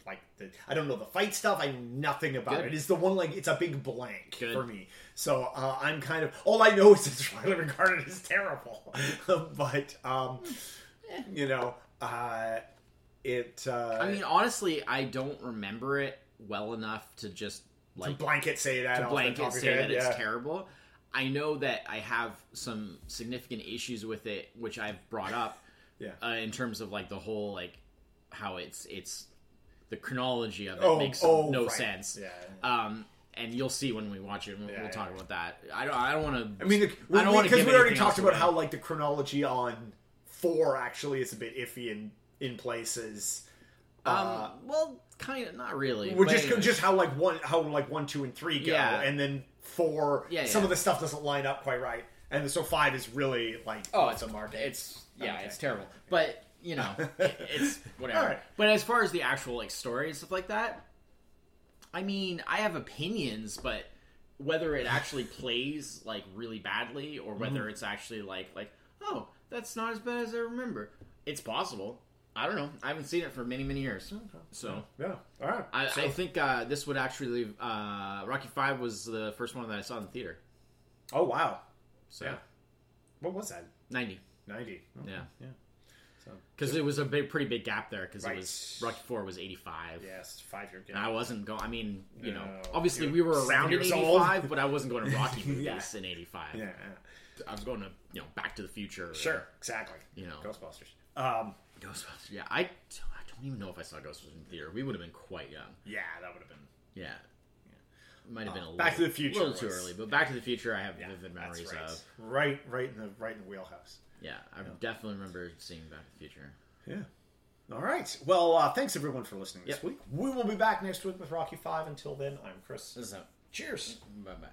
[SPEAKER 1] like the I don't know the fight stuff. I know nothing about
[SPEAKER 2] Good.
[SPEAKER 1] it. It's the one like it's a big blank
[SPEAKER 2] Good.
[SPEAKER 1] for me. So uh, I'm kind of all I know is it's highly regarded as terrible, but um, you know uh, it. Uh,
[SPEAKER 2] I mean, honestly, I don't remember it well enough to just
[SPEAKER 1] to
[SPEAKER 2] like
[SPEAKER 1] blanket say that off the top
[SPEAKER 2] blanket
[SPEAKER 1] of your
[SPEAKER 2] say
[SPEAKER 1] head,
[SPEAKER 2] that
[SPEAKER 1] yeah.
[SPEAKER 2] it's terrible. I know that I have some significant issues with it, which I've brought up
[SPEAKER 1] Yeah.
[SPEAKER 2] uh, in terms of like the whole like how it's it's the chronology of it
[SPEAKER 1] Oh,
[SPEAKER 2] makes
[SPEAKER 1] oh,
[SPEAKER 2] no
[SPEAKER 1] right.
[SPEAKER 2] sense.
[SPEAKER 1] Yeah.
[SPEAKER 2] Um, and you'll see when we watch it. and We'll,
[SPEAKER 1] Yeah,
[SPEAKER 2] we'll talk
[SPEAKER 1] yeah.
[SPEAKER 2] about that. I don't. I don't want to.
[SPEAKER 1] I mean,
[SPEAKER 2] I don't wanna
[SPEAKER 1] because
[SPEAKER 2] give
[SPEAKER 1] we already
[SPEAKER 2] anything else
[SPEAKER 1] talked about
[SPEAKER 2] away.
[SPEAKER 1] how like the chronology on four actually is a bit iffy in in places.
[SPEAKER 2] Um,
[SPEAKER 1] Uh,
[SPEAKER 2] well, kind of, not really.
[SPEAKER 1] We're
[SPEAKER 2] but
[SPEAKER 1] just
[SPEAKER 2] anyways.
[SPEAKER 1] just how like one how like one, two, and three go,
[SPEAKER 2] Yeah.
[SPEAKER 1] and then four.
[SPEAKER 2] Yeah,
[SPEAKER 1] some
[SPEAKER 2] yeah.
[SPEAKER 1] of the stuff doesn't line up quite right, and so five is really like
[SPEAKER 2] oh,
[SPEAKER 1] off
[SPEAKER 2] it's
[SPEAKER 1] the
[SPEAKER 2] a
[SPEAKER 1] mark.
[SPEAKER 2] market. It's yeah,
[SPEAKER 1] Okay.
[SPEAKER 2] it's terrible. But you know, it, it's whatever.
[SPEAKER 1] Alright.
[SPEAKER 2] But as far as the actual like story and stuff like that, I mean, I have opinions, but whether it actually plays like really badly
[SPEAKER 1] Mm-hmm.
[SPEAKER 2] or whether it's actually like like oh that's not as bad as I remember, it's possible. I don't know. I haven't seen it for many many years, so.
[SPEAKER 1] yeah. All right.
[SPEAKER 2] I,
[SPEAKER 1] So-
[SPEAKER 2] I think uh, this would actually uh, Rocky Five was the first one that I saw in the theater.
[SPEAKER 1] oh wow.
[SPEAKER 2] So
[SPEAKER 1] Yeah. What was that?
[SPEAKER 2] ninety.
[SPEAKER 1] Ninety. Oh,
[SPEAKER 2] Yeah.
[SPEAKER 1] Yeah. So
[SPEAKER 2] Because it was a big, pretty big gap there. Because
[SPEAKER 1] Right.
[SPEAKER 2] it was Rocky Four was eighty five.
[SPEAKER 1] yes, five year.
[SPEAKER 2] And I wasn't going. I mean, you know,
[SPEAKER 1] No,
[SPEAKER 2] obviously
[SPEAKER 1] you're
[SPEAKER 2] we were
[SPEAKER 1] seven
[SPEAKER 2] around in
[SPEAKER 1] years
[SPEAKER 2] eighty
[SPEAKER 1] old.
[SPEAKER 2] five, but I wasn't going to Rocky movies
[SPEAKER 1] Yeah.
[SPEAKER 2] in eighty five.
[SPEAKER 1] Yeah. yeah.
[SPEAKER 2] I was going to you know Back to the Future. or
[SPEAKER 1] Sure. Exactly.
[SPEAKER 2] You know.
[SPEAKER 1] Ghostbusters. Um.
[SPEAKER 2] Ghostbusters. Yeah, I, I don't even know if I saw Ghostbusters in theater. We would have been quite young.
[SPEAKER 1] Yeah, that would have been.
[SPEAKER 2] Yeah. Might have been a
[SPEAKER 1] Uh, Back
[SPEAKER 2] little,
[SPEAKER 1] to the Future
[SPEAKER 2] little too
[SPEAKER 1] was-
[SPEAKER 2] early, but Back to the Future I have vivid
[SPEAKER 1] That's
[SPEAKER 2] memories
[SPEAKER 1] right.
[SPEAKER 2] of.
[SPEAKER 1] Right, right in the right in the wheelhouse.
[SPEAKER 2] Yeah, I definitely remember seeing Back to the Future.
[SPEAKER 1] Yeah. All right. Well, uh, thanks everyone for listening this
[SPEAKER 2] Yep.
[SPEAKER 1] week. We will be back next week with Rocky Five. Until then, I'm Chris.
[SPEAKER 2] This is
[SPEAKER 1] Cheers.
[SPEAKER 2] bye bye.